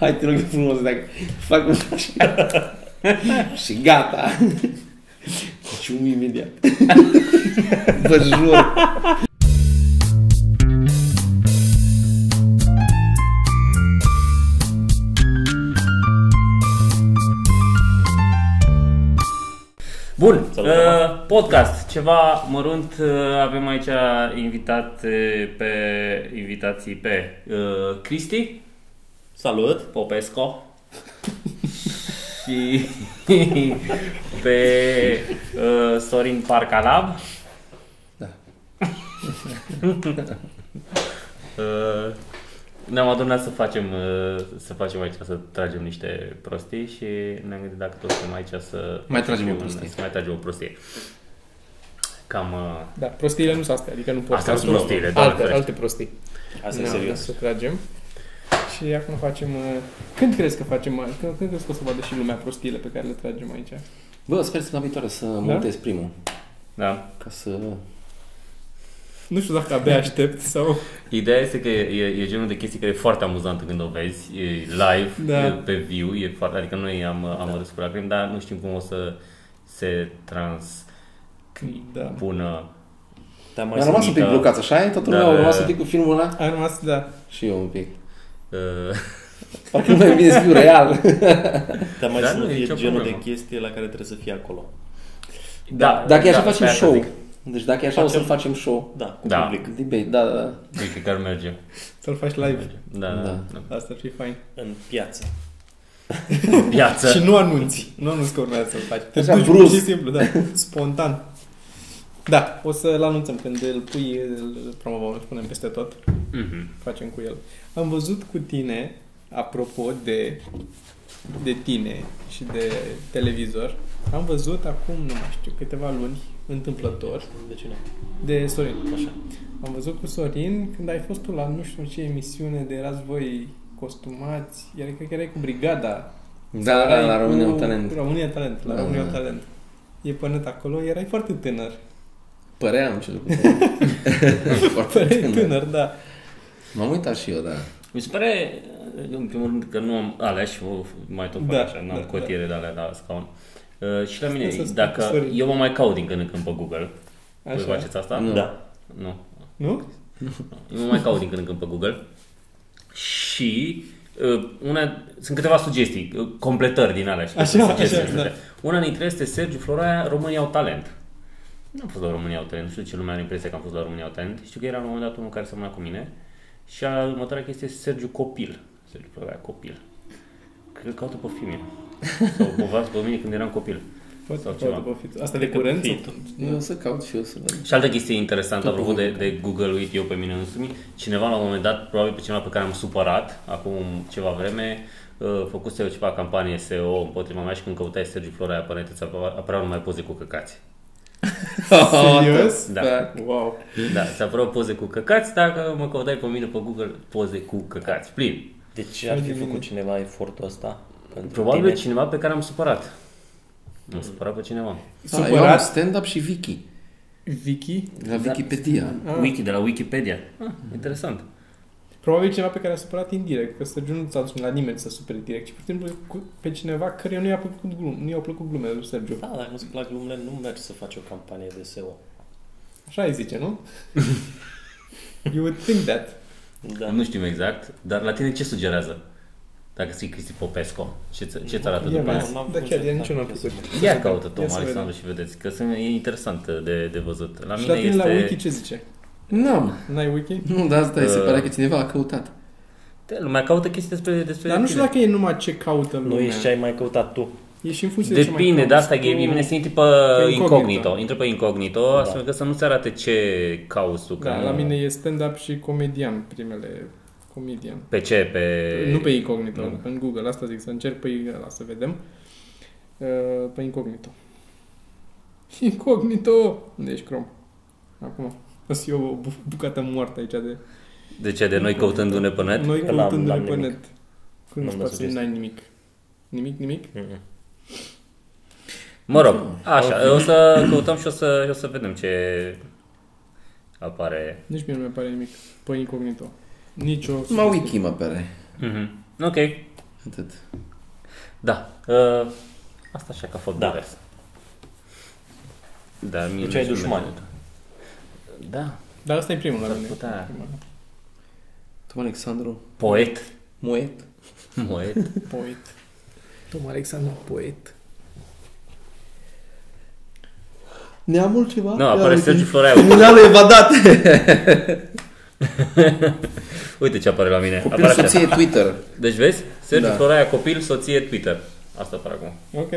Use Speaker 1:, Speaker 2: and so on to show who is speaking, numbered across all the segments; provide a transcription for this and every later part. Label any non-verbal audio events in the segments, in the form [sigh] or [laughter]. Speaker 1: hai te rog eu frumos, dacă fac un așa. și gata. Cium imediat. Vă jur.
Speaker 2: Bun,
Speaker 3: Salut,
Speaker 2: uh, podcast, ceva mărunt, uh, avem aici invitat uh, pe invitații pe uh, Cristi
Speaker 3: Salut!
Speaker 2: Popesco și [laughs] pe uh, Sorin Parcalab.
Speaker 1: Da.
Speaker 2: [laughs] uh, ne-am adunat să facem, uh, să facem aici, să tragem niște prostii și ne-am gândit dacă tot suntem aici să
Speaker 1: Mai tragem
Speaker 2: un-
Speaker 1: o prostie.
Speaker 2: Să mai tragem o prostie. Cam uh,
Speaker 4: Da, prostiile nu sunt astea, adică nu pot.
Speaker 2: astea sunt prostiile, da,
Speaker 4: alte,
Speaker 2: corect.
Speaker 4: alte prostii.
Speaker 3: Asta e
Speaker 1: Da.
Speaker 4: Ne-am dat
Speaker 3: serios.
Speaker 4: Să tragem. Și acum facem... uh, Când crezi că facem... uh, Când, când crezi că o să vadă și lumea prostiile pe care le tragem aici?
Speaker 1: Bă, sper săptămâna viitoare să montez primul.
Speaker 2: Da.
Speaker 1: Ca să...
Speaker 4: Nu știu dacă abia aștept sau...
Speaker 2: Ideea este că e, e, e genul de chestie care e foarte amuzantă când o vezi, e live,
Speaker 4: Da.
Speaker 2: da. e pe view, e foarte, adică noi am, am da. râs cu lacrimi, dar nu știm cum o să se
Speaker 4: Da.
Speaker 2: transpună.
Speaker 3: Dar mai
Speaker 1: Mi-a rămas un
Speaker 3: sunt
Speaker 1: pic
Speaker 3: niște-
Speaker 1: blocat, așa e? Toată
Speaker 2: Da,
Speaker 1: lumea a
Speaker 2: da,
Speaker 1: rămas
Speaker 2: da.
Speaker 1: un pic cu filmul ăla?
Speaker 4: A rămas, da.
Speaker 1: Și eu un pic.
Speaker 2: Uh,
Speaker 1: Parcă nu mai bine să fiu real.
Speaker 3: Dar mai
Speaker 2: Dar
Speaker 3: sunt
Speaker 2: nu, e
Speaker 3: e
Speaker 2: nicio
Speaker 3: genul
Speaker 2: problemă.
Speaker 3: de chestie la care trebuie să fie acolo.
Speaker 2: [laughs] da,
Speaker 1: Dacă e așa
Speaker 2: da,
Speaker 1: facem
Speaker 2: pe asta
Speaker 1: show.
Speaker 2: zic.
Speaker 1: Deci dacă e așa o să facem show.
Speaker 3: Da, cu
Speaker 2: Da.
Speaker 3: public.
Speaker 1: Debate, da, da, da.
Speaker 2: Eu cred că ar merge.
Speaker 4: Să-l faci live.
Speaker 2: Da, da.
Speaker 1: Da.
Speaker 2: da.
Speaker 4: Asta ar fi fain.
Speaker 3: În piață.
Speaker 2: Viață.
Speaker 4: Și nu anunți. Nu anunți că urmează să-l faci. Te
Speaker 1: Așa,
Speaker 4: duci
Speaker 1: brusc.
Speaker 4: pur și simplu, da. Spontan. Da, o să-l anunțăm când îl pui, îl promovăm, îl punem peste tot.
Speaker 2: Mhm.
Speaker 4: facem cu el. Am văzut cu tine, apropo de, de tine și de televizor, am văzut acum, nu mai știu, câteva luni, întâmplător,
Speaker 3: De ce nu?
Speaker 4: de Sorin.
Speaker 3: Așa.
Speaker 4: Am văzut cu Sorin când ai fost tu la nu știu ce emisiune de erați voi costumați, iar cred că erai cu brigada.
Speaker 1: Da, da, da,
Speaker 4: Erai
Speaker 1: la
Speaker 4: cu-
Speaker 1: România un
Speaker 4: cu
Speaker 1: talent.
Speaker 4: România Talent, la
Speaker 1: Da,
Speaker 4: România
Speaker 1: da.
Speaker 4: Talent. E pe net acolo, erai foarte tânăr. [laughs]
Speaker 1: Părea am ce [laughs] lucru. Foarte
Speaker 4: Erai
Speaker 1: Păi, tânăr.
Speaker 4: tânăr, da.
Speaker 1: M-am uitat și eu, da.
Speaker 2: Mi se pare, uh, în primul rând, că nu am alea și o- mai tot fac
Speaker 4: Da,
Speaker 2: așa, nu am
Speaker 4: da,
Speaker 2: cotiere de alea la scaun. Uh, și la mine,
Speaker 4: Stai să spun,
Speaker 2: dacă
Speaker 4: sorry.
Speaker 2: eu mă mai caut din când în când pe Google, voi
Speaker 4: Așa.
Speaker 2: faceți asta?
Speaker 1: Nu.
Speaker 3: Da.
Speaker 2: Nu.
Speaker 4: Nu?
Speaker 2: Eu mă mai caut din când în când pe Google și uh, una, sunt câteva sugestii, uh, completări din alea. știi,
Speaker 4: Așa,
Speaker 2: sunt sugestii,
Speaker 4: așa,
Speaker 2: sunt
Speaker 4: da.
Speaker 2: Una dintre este Sergiu Floraia, România au talent. Nu am fost la România au talent, nu știu de ce lumea are impresia că am fost la România au talent. Știu că era la un moment dat unul care semna cu mine și a următoarea chestie este Sergiu Copil. Sergiu Floraia Copil. Cred că caută pe filme. Sau pe vas pe mine când eram copil.
Speaker 4: Poate,
Speaker 2: Sau
Speaker 4: poate,
Speaker 2: ceva.
Speaker 4: poate. Asta de
Speaker 3: Cred că
Speaker 4: curent?
Speaker 3: fit.
Speaker 4: sau-
Speaker 1: Eu o să caut și eu să văd.
Speaker 2: Și altă chestie interesantă,
Speaker 1: Tot
Speaker 2: apropo
Speaker 1: pe
Speaker 2: de, de Google-uit eu pe mine însumi, cineva la un moment dat, probabil pe cineva pe care am supărat acum ceva vreme, uh, făcuse eu ceva campanie SEO împotriva mea și când căutai Sergiu Florea pe net, îți apărea- apăreau numai poze cu căcați.
Speaker 1: [laughs]
Speaker 4: Serios?
Speaker 2: Da.
Speaker 4: Wow.
Speaker 2: Da, îți apăreau poze cu căcați dacă mă căutai pe mine pe Google poze cu căcați. Plin.
Speaker 3: Deci ar fi făcut cineva efortul ăsta? Pentru
Speaker 2: Probabil
Speaker 3: tine?
Speaker 2: cineva pe care am supărat. Am supărat pe cineva.
Speaker 1: Da, eu am
Speaker 4: Supărat
Speaker 1: stand-up și Wiki.
Speaker 4: Vicky?
Speaker 1: La Wikipedia.
Speaker 4: Ah.
Speaker 2: Wiki, de la Wikipedia. Ah, interesant.
Speaker 4: Probabil ceva pe care a supărat indirect, că Sergiu nu s-a sunat la nimeni să supere direct, ci pur și simplu cu- pe cineva care nu i-a plăcut, glum, nu i-au plăcut glumele lui Sergiu.
Speaker 3: Da, dacă nu-ți plac glumele, nu mergi să faci o campanie de SEO.
Speaker 4: Așa îi zice,
Speaker 2: [laughs]
Speaker 4: nu? you would think that.
Speaker 3: Da.
Speaker 2: Nu știm exact, dar la tine ce sugerează? Dacă scrii Cristi Popesco, ce ți- ce-ți arată
Speaker 4: Ia
Speaker 2: după
Speaker 4: mai-
Speaker 2: aia?
Speaker 3: aia.
Speaker 4: da, chiar, el nici nu a plăcut.
Speaker 2: Ia caută Tom
Speaker 4: Ia să
Speaker 2: Alexandru și vedeți, că sunt, e interesant de, de văzut. La
Speaker 4: vedem. Și
Speaker 2: mine
Speaker 4: la tine
Speaker 2: este...
Speaker 4: la wiki ce zice?
Speaker 1: Nu,
Speaker 4: N-ai wiki?
Speaker 1: nu, dar asta e, se
Speaker 2: Uh.
Speaker 1: pare că cineva a căutat.
Speaker 2: Da, Lumea caută chestii despre, despre
Speaker 4: Dar nu știu
Speaker 2: tine.
Speaker 4: dacă e numai ce caută
Speaker 3: Nu
Speaker 4: lumea.
Speaker 3: ești ce ai mai căutat tu.
Speaker 4: E și în funcție de ce mai
Speaker 2: Depinde, de
Speaker 4: cauți
Speaker 2: asta e, e
Speaker 4: tu.
Speaker 2: bine să intri pe
Speaker 4: incognito.
Speaker 2: incognito. Intră pe incognito,
Speaker 3: Da.
Speaker 2: astfel încât să nu se arate ce cauți tu. că
Speaker 4: Da,
Speaker 2: nu-
Speaker 4: la mine e stand-up și comedian, primele comedian.
Speaker 2: Pe ce? Pe...
Speaker 4: Nu pe incognito,
Speaker 2: nu.
Speaker 4: în Google, asta zic, să încerc pe ăla, să vedem. Uh, Pe incognito. [laughs] Incognito! Unde ești, Chrome? Acum. O să iau o bu- bucată moartă aici de...
Speaker 2: De ce? De noi căutându-ne pe net?
Speaker 4: Noi
Speaker 3: Că n-am-
Speaker 4: căutându-ne
Speaker 3: n-am
Speaker 4: pe
Speaker 3: nimic.
Speaker 4: net. Când
Speaker 3: N-am
Speaker 4: nu
Speaker 3: dat
Speaker 4: poți să
Speaker 3: sugestii.
Speaker 4: n-ai nimic. Nimic, nimic?
Speaker 2: Mă rog, așa, o să căutăm și o să, o să vedem ce apare.
Speaker 4: Nici mie nu mi pare nimic. Pe incognito. Nici o...
Speaker 1: Numai Wiki mă pare.
Speaker 2: Mhm. Ok,
Speaker 5: Atât.
Speaker 2: Da. Uh, asta așa că a fost
Speaker 3: Da.
Speaker 2: divers. Da, mie
Speaker 3: Deci ai
Speaker 2: nu-mi
Speaker 3: dușmani.
Speaker 2: merge. Da,
Speaker 4: Dar asta e primul la
Speaker 2: s-ar
Speaker 4: mine.
Speaker 2: putea.
Speaker 5: Tom Alexandru,
Speaker 2: Poet.
Speaker 5: Moet.
Speaker 2: Poet.
Speaker 4: Poet.
Speaker 5: Tom Alexandru, Poet. Neamul ceva?
Speaker 2: nu, apare Sergiu
Speaker 5: [laughs]
Speaker 2: Florea.
Speaker 5: Criminalul evadat.
Speaker 2: Uite ce apare la mine.
Speaker 5: Copilul
Speaker 2: Apare așa.
Speaker 5: soție Twitter.
Speaker 2: Deci vezi? Sergiu
Speaker 5: Da.
Speaker 2: Florea, copil, soție, Twitter. Asta apare acum.
Speaker 4: Ok.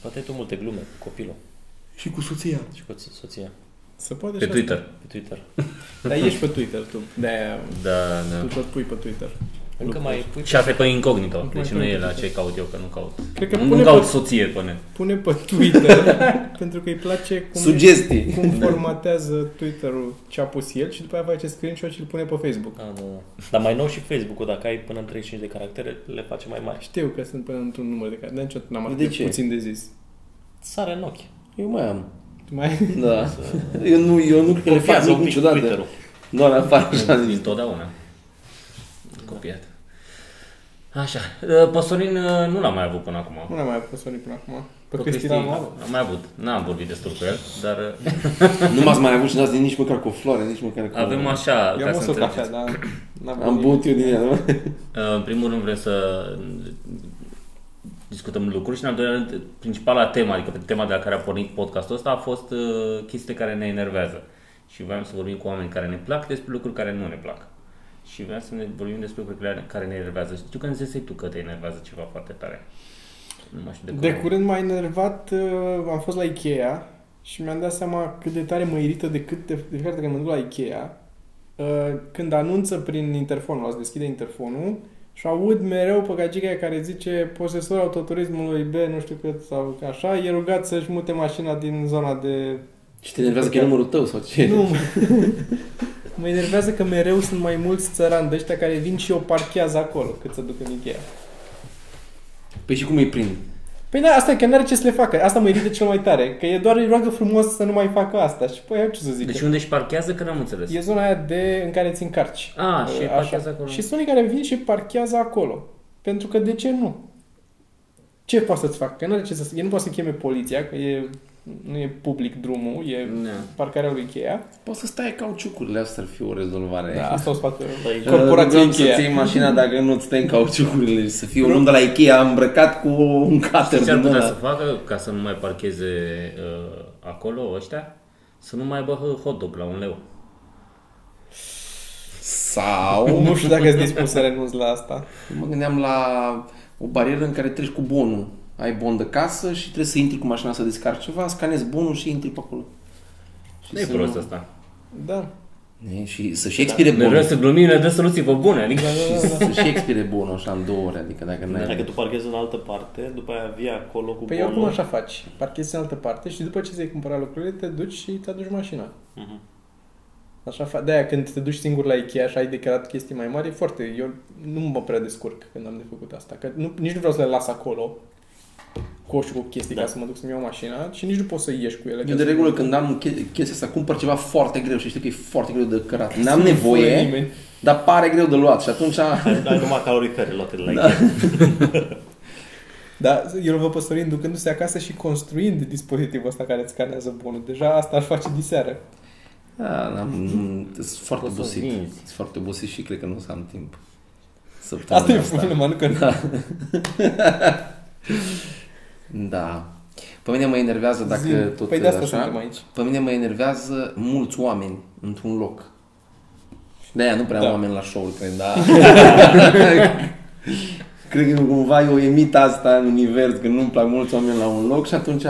Speaker 3: Poate ai tu multe glume cu copilul
Speaker 5: Și cu soția.
Speaker 3: și cu soția
Speaker 4: Se poate
Speaker 2: Pe
Speaker 4: și
Speaker 2: Twitter.
Speaker 3: pe Twitter.
Speaker 4: asta. Dar ești pe Twitter tu. De-aia
Speaker 2: Da, da.
Speaker 4: tu tot pui pe Twitter.
Speaker 3: Încă mai pui
Speaker 2: Și asta e pe incognito.
Speaker 4: mai
Speaker 2: Deci
Speaker 4: pe
Speaker 2: nu e la
Speaker 4: incognito.
Speaker 2: ce caut eu, că nu caut.
Speaker 4: Cred că
Speaker 2: Nu
Speaker 4: pune
Speaker 2: caut
Speaker 4: pe,
Speaker 2: soție până.
Speaker 4: pune [laughs] pe Twitter pentru că îi place cum,
Speaker 5: Sugestii.
Speaker 4: cum formatează Twitter-ul ce a pus el și după aia face screenshot și îl pune pe Facebook.
Speaker 3: Da, da, da. Dar mai nou și Facebook-ul, dacă ai până în 35 de caractere, le face mai mari.
Speaker 4: Știu că sunt până într-un număr de care, dar niciodată n-am
Speaker 5: De
Speaker 4: atât de
Speaker 5: ce?
Speaker 4: puțin de zis.
Speaker 3: Sare în ochi.
Speaker 5: Eu mai am.
Speaker 4: Tu mai... [laughs]
Speaker 5: [laughs] Da. Eu nu, eu nu cred fac
Speaker 3: Copiază
Speaker 5: nimic
Speaker 3: un pic
Speaker 5: niciodată.
Speaker 3: Twitter-ul.
Speaker 5: Doar afară așa zis. [laughs]
Speaker 2: Dintotdeauna. Copiat. Așa. Uh, Pe Sorin uh, nu l-am mai avut până acum.
Speaker 4: Nu am mai pus Sorin până acum. Pe
Speaker 2: Cu
Speaker 4: Cristina
Speaker 2: Cristi
Speaker 4: Maru.
Speaker 2: Am mai avut. N-am vorbit destul cu el, dar uh,
Speaker 5: Nu m-ați mai avut și n-ați zis nici măcar cu floare, nici măcar cu...
Speaker 2: avem așa,
Speaker 4: Eu
Speaker 2: ca
Speaker 4: am
Speaker 2: să
Speaker 4: o cafea,
Speaker 2: înțelegeți.
Speaker 4: dar n-am
Speaker 5: Am
Speaker 4: băut.
Speaker 5: băut eu din ea, nu?
Speaker 2: Uh, În primul rând vrem să uh, discutăm lucruri și în al doilea rând, principala tema, adică tema de la care a pornit podcastul ăsta a fost uh, chestiile care ne enervează. Și vreau să vorbim cu oameni care ne plac despre lucruri care nu ne plac. Și vreau să ne vorbim despre lucruri care ne enervează. Știu că îmi zisei tu că te enervează ceva foarte tare. Nu mai știu de,
Speaker 4: De curând m-a enervat, uh, am fost la Ikea și mi-am dat seama cât de tare mă irită de cât de, de fiecare dată când mă duc la Ikea, uh, când anunță prin interfonul, ați deschide interfonul și aud mereu pe gagica care zice posesor autoturismului B, nu știu cât sau așa, e rugat să-și mute mașina din zona de...
Speaker 5: Și te enervează că e numărul tău sau ce?
Speaker 4: Nu, mă enervează că mereu sunt mai mulți țărani de ăștia care vin și o parchează acolo cât să duc în Ikea.
Speaker 5: Păi și cum îi prind?
Speaker 4: Păi da, asta e că n-are ce să le facă. Asta mă irită cel mai tare. Că e doar îi roagă frumos să nu mai facă asta. Și păi, eu ce să zic?
Speaker 2: Deci unde își parchează că n-am înțeles.
Speaker 4: E zona aia de, în care ți încarci.
Speaker 2: A, Ah, și
Speaker 4: Așa.
Speaker 2: parchează acolo.
Speaker 4: Și sunt unii care vin și parchează acolo. Pentru că de ce nu? Ce poate să-ți facă? Că n-are ce să... El nu poate să cheme poliția, că e, nu e public drumul, e
Speaker 2: Ne.
Speaker 4: parcarea lui Ikea.
Speaker 5: Poți să stai cauciucurile, asta ar fi o rezolvare.
Speaker 4: Da, asta o spate.
Speaker 3: Păi,
Speaker 4: Corporația
Speaker 5: Rugăm Deci, uh, să
Speaker 4: Ikea.
Speaker 5: ții mașina dacă nu ți stai în cauciucurile și să fii un om de la Ikea îmbrăcat cu un cater
Speaker 2: Știi ce ar
Speaker 5: din
Speaker 2: putea să
Speaker 5: ăla.
Speaker 2: facă ca să nu mai parcheze uh, acolo ăștia? Să nu mai aibă uh, hot dog la un leu.
Speaker 5: Sau...
Speaker 4: Nu știu dacă ești dispus să renunți la asta.
Speaker 5: Mă gândeam la o barieră în care treci cu bonul. Ai bon de casă și trebuie să intri cu mașina să descarci ceva, scanezi bonul și intri pe acolo. Și
Speaker 2: Nu e
Speaker 5: să
Speaker 2: prost
Speaker 5: nu-
Speaker 2: asta.
Speaker 4: Da.
Speaker 5: E, și să și expire bonul.
Speaker 2: Mereu să glumim, ne dă soluții pe bune. Adică...
Speaker 5: Și să și expire bonul așa în două ore, adică dacă n-ai...
Speaker 3: Dacă tu parchezi în altă parte, după aia vii acolo cu
Speaker 4: Păi
Speaker 3: bonul.
Speaker 4: oricum așa faci. Parchezi în altă parte și după ce ți-ai cumpărat lucrurile, te duci și te aduci mașina.
Speaker 3: Mhm.
Speaker 4: Așa fa- de-aia când te duci singur la Ikea și ai declarat chestii mai mari, e foarte... Eu nu mă prea descurc când am de făcut asta. Că nu, nici nu vreau să le las acolo coșul cu chestii da.
Speaker 3: Da.
Speaker 4: ca să mă duc să-mi iau mașina și nici nu pot să ieși cu ele.
Speaker 5: Eu de regulă când am che- chestia asta, cumpăr ceva foarte greu și știu că e foarte greu de cărat. N-am nevoie,
Speaker 4: nimeni.
Speaker 5: dar pare greu de luat și atunci...
Speaker 3: Ai, ai numai caloriferele luate de la Ikea.
Speaker 4: Da, eu îl văd pe Sorin ducându-se acasă și construind dispozitivul ăsta care îți scanează bunul. Deja asta ar face diseară.
Speaker 5: Da,
Speaker 4: [laughs]
Speaker 5: n-am, sunt foarte
Speaker 2: Poți să
Speaker 5: obosit.
Speaker 2: vinzi.
Speaker 5: Sunt foarte obosit și cred că nu o să am timp. Săptămâna
Speaker 4: Asta e problema, nu că... Da.
Speaker 5: Da. Pe mine mă enervează dacă
Speaker 4: Zi.
Speaker 5: tot
Speaker 4: Păi de asta
Speaker 5: așa,
Speaker 4: suntem aici.
Speaker 5: Pe mine mă enervează mulți oameni într-un loc. De aia nu prea da.
Speaker 4: Da.
Speaker 5: am oameni la show cred, da.
Speaker 4: [laughs]
Speaker 5: cred că cumva eu emit asta în univers, că nu-mi plac mulți oameni la un loc și atunci...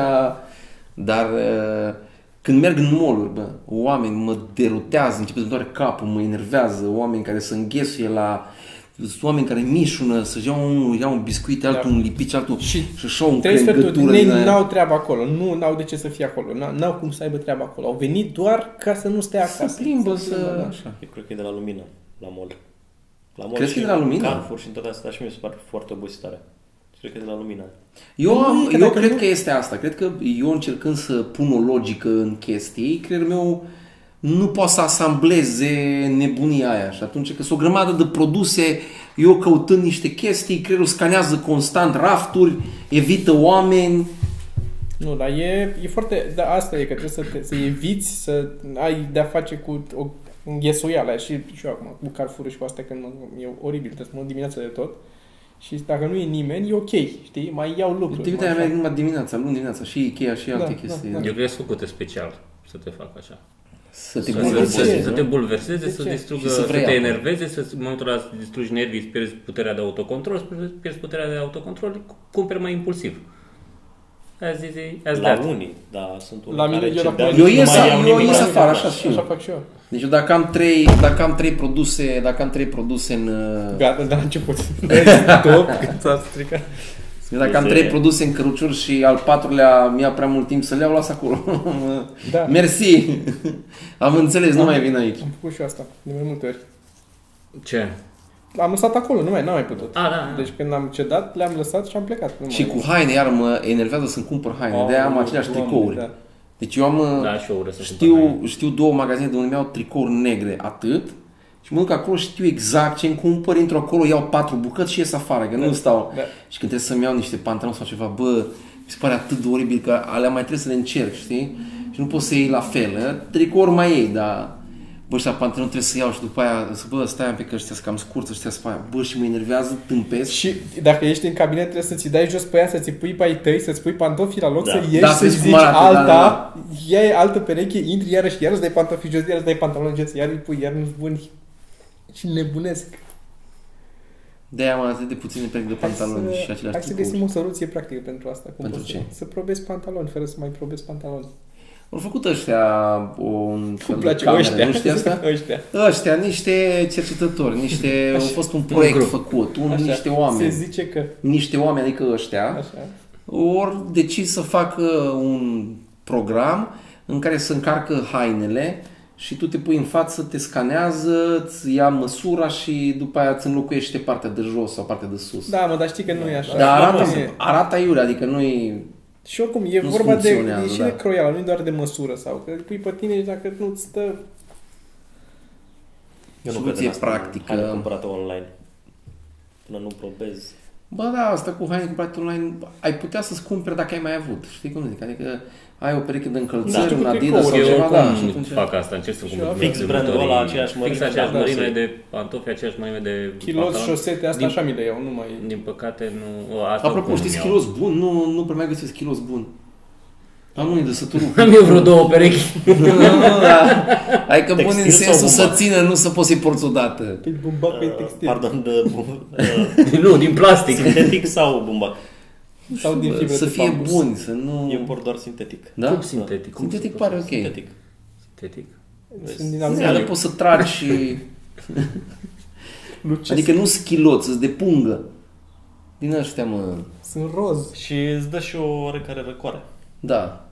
Speaker 5: Dar uh, când merg în mall bă, oameni mă derutează, începe să-mi doare capul, mă enervează, oameni care se înghesuie la... sunt oameni care mișună, să-și iau un, iau un biscuit, altul un lipici, altul Da. și și un
Speaker 4: Trei sferturi
Speaker 5: crengătură. din
Speaker 4: ei
Speaker 5: aia.
Speaker 4: n-au treabă acolo, nu au de ce să fie acolo, n- n-au cum să aibă treabă acolo. Au venit doar ca să nu stea acasă.
Speaker 5: Să plimbă,
Speaker 4: Se plimbă,
Speaker 5: să...
Speaker 4: da.
Speaker 5: Așa.
Speaker 3: Eu cred că e de la lumină, la mall. La mall
Speaker 5: Crezi
Speaker 3: și
Speaker 5: că e de la Lumină?
Speaker 3: Carrefour și în toate astea și mi se pare foarte obositoare. Și Cred că e de la lumină.
Speaker 5: Eu,
Speaker 4: Nu,
Speaker 5: am,
Speaker 4: e că
Speaker 5: eu
Speaker 4: dacă
Speaker 5: cred
Speaker 4: nu-
Speaker 5: că este asta. Cred că eu încercând să pun o logică în chestii, creierul meu nu poate să asambleze nebunia aia și atunci că sunt o grămadă de produse, eu căutând niște chestii, creierul scanează constant rafturi, evită oameni,
Speaker 4: Nu, dar e, e foarte... Da, asta e, că trebuie să, te, să eviți să ai de-a face cu o înghesuială. Și, și eu acum, cu Carrefour și cu astea, că nu, e oribil, trebuie să mă duc dimineața de tot. Și dacă nu e nimeni, e ok, știi? Mai iau lucruri.
Speaker 5: Activitatea
Speaker 4: mai
Speaker 5: mea e
Speaker 4: fac.
Speaker 5: numai dimineața, luni dimineața, și Ikea și alte
Speaker 4: Da, da,
Speaker 5: chestii.
Speaker 4: da.
Speaker 2: Eu cred că sunt făcute special să te facă așa.
Speaker 5: Să te
Speaker 2: Să-
Speaker 4: bulverseze,
Speaker 2: să-
Speaker 5: bulversezi,
Speaker 2: Să
Speaker 5: nu?
Speaker 2: te bulverseze,
Speaker 4: De
Speaker 2: să
Speaker 4: ce?
Speaker 2: distrugă,
Speaker 5: Și să
Speaker 2: să,
Speaker 5: vrei
Speaker 2: te
Speaker 5: acum.
Speaker 2: enerveze, să în momentul ăla să distrugi nervii, îți pierzi puterea de autocontrol, îți pierzi- pierzi puterea de autocontrol, cu- cumperi mai impulsiv. Azi zi, azi
Speaker 3: La
Speaker 2: dat.
Speaker 3: unii, da, sunt unii
Speaker 4: La
Speaker 3: care
Speaker 4: mine, eu
Speaker 3: ce
Speaker 4: la-
Speaker 3: beau,
Speaker 4: eu
Speaker 3: nu mai
Speaker 5: ies-
Speaker 3: iau
Speaker 5: eu
Speaker 3: nimic
Speaker 5: ies
Speaker 3: la
Speaker 5: afară,
Speaker 3: mine.
Speaker 5: așa și eu.
Speaker 4: Așa fac și eu.
Speaker 5: Deci eu dacă am trei, dacă am trei produse, dacă am trei produse în uh,
Speaker 4: Gata, de la început.
Speaker 5: [laughs]
Speaker 4: Top, că s-a stricat.
Speaker 5: dacă am trei produse în căruciuri și al patrulea mi-a prea mult timp să le iau, las acolo. [laughs]
Speaker 4: Da.
Speaker 5: Mersi. Am înțeles, nu mai vin aici.
Speaker 4: Am făcut și eu asta, de mai multe ori.
Speaker 2: Ce?
Speaker 4: Am lăsat acolo, nu mai, n-am mai putut.
Speaker 2: A, da, da.
Speaker 5: Păi,
Speaker 4: Deci când am cedat, le-am lăsat și am plecat. Nu
Speaker 5: Și
Speaker 4: mai-
Speaker 5: cu haine, iar mă enervează să-mi cumpăr haine, de-aia am aceleași
Speaker 4: Doamne,
Speaker 5: tricouri.
Speaker 4: da.
Speaker 5: Deci eu am, uh,
Speaker 2: Da, și eu urăsc să cumpăr
Speaker 5: știu, știu două magazine de unde mi-au tricouri negre, atât. Și mă duc acolo, știu exact ce îmi cumpăr, intru acolo, iau patru bucăți și ies afară, că nu stau.
Speaker 4: da.
Speaker 5: Și când trebuie să-mi iau niște pantaloni sau ceva, bă, mi se pare atât de oribil că alea mai trebuie să le încerc, știi? Și nu poți să iei la fel, eh? tricouri mai iei, dar bă, ăștia pantaloni trebuie să iau și după aia, zic, bă, stai un pic că ăștia sunt cam scurt, ăștia sunt pe aia. Bă, și mă enervează, tâmpesc.
Speaker 4: Și dacă ești în cabinet, trebuie să-ți dai jos pe ea, să-ți pui pe ai tăi, să-ți pui pantofii la loc,
Speaker 3: Da.
Speaker 4: să ieși,
Speaker 5: Da,
Speaker 4: să
Speaker 5: să vezi
Speaker 4: zici
Speaker 5: cum arată, da,
Speaker 4: alta,
Speaker 5: da,
Speaker 4: iei altă pereche, intri iarăși, iarăși dai pantofii jos, iarăși dai pantaloni jos, iar îi pui, iar nu-ți bun. Și nebunesc.
Speaker 5: De-aia am atât de puține perechi de pantaloni și aceleași
Speaker 4: hai să
Speaker 5: tricouri.
Speaker 4: găsim o soluție practică pentru asta. Cum
Speaker 5: Pentru
Speaker 4: poți
Speaker 5: ce?
Speaker 4: Să, să probezi pantaloni, fără să mai probezi pantaloni.
Speaker 5: Au făcut ăștia o, un fel
Speaker 4: Îmi
Speaker 5: de
Speaker 4: place
Speaker 5: cameră,
Speaker 4: ăștia.
Speaker 5: nu știi asta?
Speaker 4: [laughs] ăștia.
Speaker 5: Ăștia, niște cercetători, niște, au fost un proiect făcut, un,
Speaker 4: Așa.
Speaker 5: niște
Speaker 4: Se
Speaker 5: oameni,
Speaker 4: zice că...
Speaker 5: niște oameni, adică ăștia,
Speaker 4: Așa.
Speaker 5: ori decis să facă un program în care să încarcă hainele și tu te pui în față, te scanează, îți ia măsura și după aia îți înlocuiește partea de jos sau partea de sus.
Speaker 4: Da, mă, dar știi că nu e așa.
Speaker 5: Dar arată,
Speaker 4: Nu e.
Speaker 5: arată iurea, adică nu-i
Speaker 4: Și oricum, e
Speaker 5: Nu
Speaker 4: vorba de,
Speaker 5: funcționează,
Speaker 4: e și
Speaker 5: da.
Speaker 4: de croială, nu e doar de măsură sau că îl pui pe tine și dacă nu-ți stă...
Speaker 3: Eu nu
Speaker 5: Soluție
Speaker 3: cred în asta.
Speaker 5: practică.
Speaker 3: Haide cumpărată online. Până nu probezi.
Speaker 5: Bă, da, asta cu haine cumpărate online, ai putea să-ți cumperi dacă ai mai avut, știi cum zic? Adică ai o pereche de încălțări,
Speaker 4: Da.
Speaker 5: un
Speaker 4: Cu
Speaker 5: Adidas sau
Speaker 4: tricouri,
Speaker 2: Eu
Speaker 5: ceva, da, și
Speaker 2: oricum
Speaker 5: atunci...
Speaker 2: fac asta, încerc să cumpăr
Speaker 4: eu-
Speaker 2: diverse
Speaker 3: Fix brandul
Speaker 2: lucruri.
Speaker 3: ăla, aceeași mărime,
Speaker 2: Fix aceeași
Speaker 3: da,
Speaker 2: mărime
Speaker 3: sigur.
Speaker 2: de pantofi, aceeași mărime de
Speaker 4: Chiloți,
Speaker 2: pantaloni.
Speaker 4: șosete, asta
Speaker 2: Din-
Speaker 4: așa mi le iau, nu mai...
Speaker 2: Din păcate nu... o, Asta
Speaker 5: Apropo,
Speaker 2: oricum
Speaker 5: știți
Speaker 2: îmi iau.
Speaker 5: chilos bun? Nu, nu prea mai găsesc chilos bun. Am unii de săturu.
Speaker 2: Am eu vreo două perechi. [laughs]
Speaker 5: Ai că bun
Speaker 3: Textil
Speaker 5: în
Speaker 3: sau
Speaker 5: sensul să
Speaker 3: bumbac?
Speaker 5: țină, nu să poți să-i porți odată.
Speaker 4: Pe bumbac,
Speaker 5: Uh,
Speaker 4: pe textil.
Speaker 3: uh, Pardon, de
Speaker 5: [laughs]
Speaker 3: bu- uh,
Speaker 2: nu, din plastic.
Speaker 3: sintetic sau bumbac?
Speaker 4: Sau din fibre
Speaker 5: Să
Speaker 4: de
Speaker 5: fie
Speaker 4: bambus.
Speaker 5: buni, să nu...
Speaker 3: Eu port doar sintetic.
Speaker 5: Da?
Speaker 2: Cum sintetic?
Speaker 5: Sintetic
Speaker 2: Cum
Speaker 5: pare
Speaker 2: se
Speaker 5: ok.
Speaker 3: Sintetic.
Speaker 2: Sintetic?
Speaker 4: Sunt din
Speaker 5: Ale
Speaker 4: aluminiu.
Speaker 5: poți să tragi și...
Speaker 4: Lucesc.
Speaker 5: Adică nu schiloți, îți de pungă. Din ăștia, mă...
Speaker 4: Sunt roz.
Speaker 3: Și îți dă și o oarecare
Speaker 5: [laughs]
Speaker 3: răcoare.
Speaker 5: Da.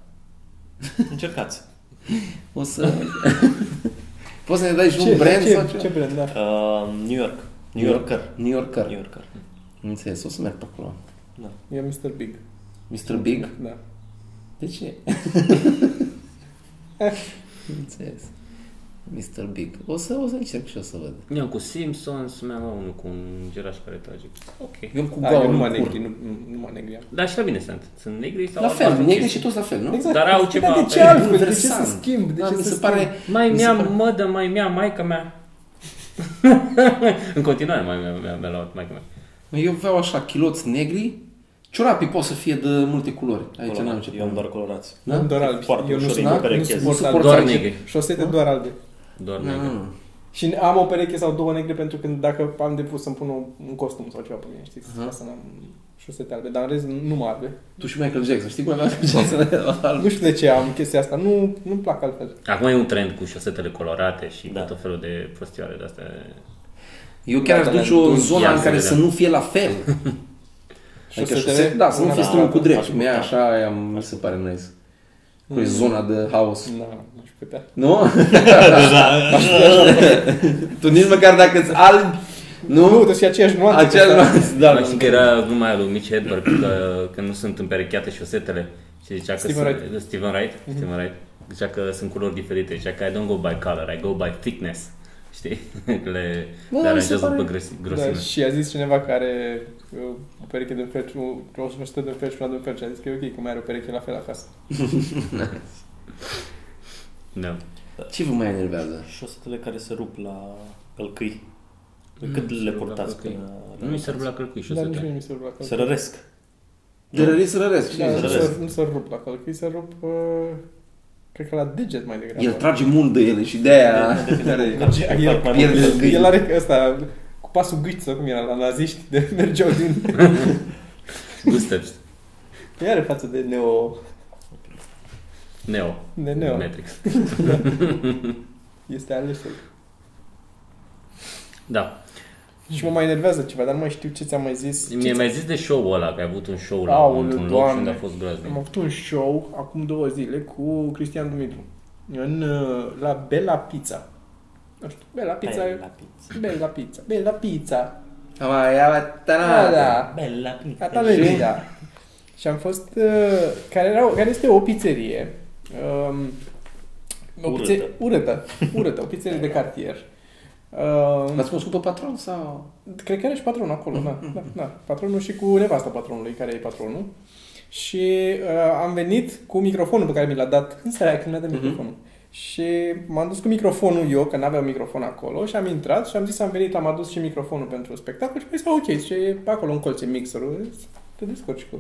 Speaker 3: Încercați.
Speaker 5: O să... [laughs] Poți să ne dai și un
Speaker 4: Ce-
Speaker 5: brand
Speaker 4: ce-
Speaker 5: sau ceva?
Speaker 4: Ce brand, da.
Speaker 3: Uh, New York. New Yorker.
Speaker 5: New Yorker.
Speaker 3: New Yorker.
Speaker 5: Înțeles, o să merg pe acolo.
Speaker 3: Da.
Speaker 4: E Mr. Big.
Speaker 5: Mr. Big?
Speaker 4: Da.
Speaker 5: De [laughs] ce? Înțeles. Mr. Big. O să, o să încerc și o să văd.
Speaker 2: Mi-am cu Simpsons, mi-am luat unul cu un geraș care trage. Ok.
Speaker 5: Ah, Eu am cu
Speaker 4: Da, eu
Speaker 5: gaură
Speaker 4: numai
Speaker 5: în cur.
Speaker 4: negri, nu, nu- numai negri am.
Speaker 2: Dar și la mine sunt. Sunt negri sau
Speaker 5: La fel,
Speaker 2: albaștri,
Speaker 5: negri
Speaker 2: chestii.
Speaker 5: și toți la fel, nu?
Speaker 4: Exact.
Speaker 2: Dar au
Speaker 4: Da,
Speaker 2: ceva
Speaker 4: De ce
Speaker 2: pe-
Speaker 4: altfel? De ce să
Speaker 5: Universal.
Speaker 4: schimb? De
Speaker 5: Da,
Speaker 4: ce
Speaker 5: mi
Speaker 4: să
Speaker 5: se
Speaker 4: schimb?
Speaker 5: pare...
Speaker 2: Mai
Speaker 5: mi se
Speaker 2: mea,
Speaker 5: pare-
Speaker 2: mădă, mai mea, maica mea. [laughs] în continuare mai mea, mea, mea la maica mea.
Speaker 5: Eu vreau așa, chiloți negri. Ciorapii pot să fie de multe culori. Aici
Speaker 3: Colorat.
Speaker 5: n-am ce
Speaker 3: Eu am
Speaker 5: problemă.
Speaker 3: doar colorați.
Speaker 4: Nu, doar albi.
Speaker 3: Foarte
Speaker 4: Eu nu
Speaker 3: ușor
Speaker 4: sunt
Speaker 3: din
Speaker 4: alb, nu
Speaker 3: pereche.
Speaker 4: sunt
Speaker 5: da? Nu
Speaker 4: alb,
Speaker 5: suport
Speaker 4: alb.
Speaker 2: albi.
Speaker 4: Șosete- Șosete
Speaker 5: Da?
Speaker 4: doar albe.
Speaker 2: Doar
Speaker 5: Nu,
Speaker 2: negri.
Speaker 5: nu, nu.
Speaker 4: Și am o pereche sau două negre pentru că dacă am de pus să-mi pun un- un costum sau ceva pe mine, știi? Ca să n-am șosete albe, dar în rest nu mă albe.
Speaker 5: Tu și Michael Jackson, știi cum avea [laughs] Jackson?
Speaker 4: Nu știu de ce am chestia asta, nu, nu-mi plac altfel.
Speaker 2: Acum e un trend cu șosetele colorate și
Speaker 3: Da.
Speaker 2: da. tot felul de prostioare de astea.
Speaker 5: Eu chiar
Speaker 4: Da,
Speaker 5: aș
Speaker 4: da,
Speaker 5: duce-o
Speaker 4: da.
Speaker 5: în zona
Speaker 2: Ia
Speaker 5: în
Speaker 2: să
Speaker 5: care
Speaker 2: vedem.
Speaker 5: să nu fie la fel. Adică
Speaker 4: Șosetele, Da,
Speaker 5: șosete, da, Mm. să nu
Speaker 4: una
Speaker 5: fie
Speaker 4: la
Speaker 5: strâmb
Speaker 4: alta.
Speaker 5: cu drept.
Speaker 3: Aș
Speaker 5: Mi
Speaker 3: putea.
Speaker 5: așa, aia mi se pare nice. Cu e zona de haos.
Speaker 4: Da, nu știu putea.
Speaker 5: Nu? [laughs] tu nici măcar dacă îți albi,
Speaker 4: Nu,
Speaker 5: nu?
Speaker 4: trebuie să fie aceeași nuanță.
Speaker 5: Aceeași
Speaker 4: că-
Speaker 5: nuanță, da.
Speaker 2: Da, știi că era gluma aia lui Mitch Hedberg că, că nu sunt împerecheate șosetele și zicea că
Speaker 4: Stephen
Speaker 2: sunt, Steven Wright, Steven Wright Zicea că sunt culori diferite, zicea că I don't go by color, I go by thickness. [laughs] Știi? Că le,
Speaker 5: Bă, mi
Speaker 2: le
Speaker 5: se
Speaker 2: aranjează
Speaker 5: pare-
Speaker 2: după grosi- grosime.
Speaker 4: Da, și a zis cineva care are uh, o pereche de felci, un- o sută de felci, una de felci. A zis că e ok, că mai are o pereche la fel acasă.
Speaker 2: Da.
Speaker 5: Ce vă mai enervează?
Speaker 3: Șosetele care se rup la călcâi. De
Speaker 2: Mm,
Speaker 3: Cât
Speaker 2: se
Speaker 3: le
Speaker 2: rup la
Speaker 3: portați
Speaker 2: călcâi.
Speaker 3: până...
Speaker 2: Nu mi se rup la călcâi
Speaker 4: Dar nici mie
Speaker 2: șosetele.
Speaker 4: mi se rup la
Speaker 3: Se
Speaker 4: calcul.
Speaker 3: răresc.
Speaker 5: De răris, răres.
Speaker 4: Da,
Speaker 3: Se
Speaker 4: nu
Speaker 5: știi?
Speaker 3: răres.
Speaker 4: se- nu se rup la calcul, se rup... uh, Cred că la deget mai degrabă.
Speaker 5: El trage mult de ele și de aia...
Speaker 3: De- de- de- de-
Speaker 5: Are-
Speaker 3: de- de-
Speaker 4: El
Speaker 3: fac mai
Speaker 5: pierde
Speaker 3: multe-
Speaker 5: gâi.
Speaker 4: El are ăsta, cu pasul gâici, sau cum era, la naziști, de [laughs] mergeau din...
Speaker 2: Good steps.
Speaker 4: Nu are față de neo...
Speaker 2: Neo.
Speaker 4: De neo.
Speaker 2: Matrix.
Speaker 4: Este alesul.
Speaker 2: Da.
Speaker 4: Și mă mai enervează ceva, dar nu mai știu ce ți-am mai zis.
Speaker 2: Mi-ai mai zis de show-ul ăla, că ai avut un show la
Speaker 4: Aoleu,
Speaker 2: într-un loc și
Speaker 4: Doamne.
Speaker 2: unde a fost groaznic.
Speaker 4: Am avut un show acum două zile cu Cristian Dumitru. În, uh, la Bella Pizza. Nu știu, Bella Pizza.
Speaker 3: Bella pizza.
Speaker 4: Bella Pizza. Bella Pizza.
Speaker 5: Ama ia la
Speaker 4: Da,
Speaker 5: tanada.
Speaker 4: da.
Speaker 3: Bella pizza.
Speaker 4: Catalina. Și am fost... uh, Care, era, care este o pizzerie. Um, o
Speaker 3: Urâtă.
Speaker 4: pizze- urâtă. Urâtă. O pizzerie de cartier. Um,
Speaker 5: L-ați cunoscut pe patron sau...
Speaker 4: Cred că era și patronul acolo, da, da, da. Patronul și cu nevasta patronului, care e patronul. Și uh, am venit cu microfonul pe care mi l-a dat în seara aia când mi-a dat
Speaker 5: Mhm.
Speaker 4: microfonul. Și m-am dus cu microfonul eu, că n-aveam microfon acolo, și am intrat și am zis am venit, am adus și microfonul pentru spectacol și mi zis, ok, și e pe acolo în colț e mixerul, zice, te descurci cu...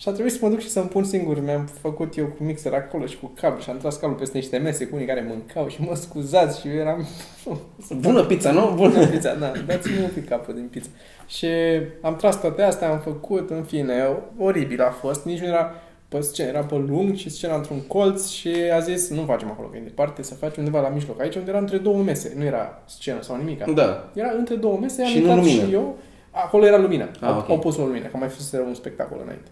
Speaker 4: Și a trebuit să mă duc și să-mi pun singur, mi-am făcut eu cu mixer acolo și cu cablu și am tras cablul peste niște mese cu unii care mâncau și mă scuzați și eu eram... [laughs]
Speaker 5: Bună pizza, nu? Bună.
Speaker 4: Bună pizza, da, dați-mi un pic capul din pizza. Și am tras toate astea, am făcut, în fine, oribil a fost, nici nu era pe scenă, era pe lung și scena într-un colț și a zis, nu facem acolo, că e departe, să faci undeva la mijloc, aici unde era între două mese, nu era scenă sau nimic.
Speaker 5: Da.
Speaker 4: Era între două mese, am
Speaker 5: Și nu
Speaker 4: intrat
Speaker 5: lumină.
Speaker 4: și eu, acolo era lumina,
Speaker 5: Ah,
Speaker 4: au,
Speaker 5: ok.
Speaker 4: au pus o lumină, că mai fost un spectacol înainte.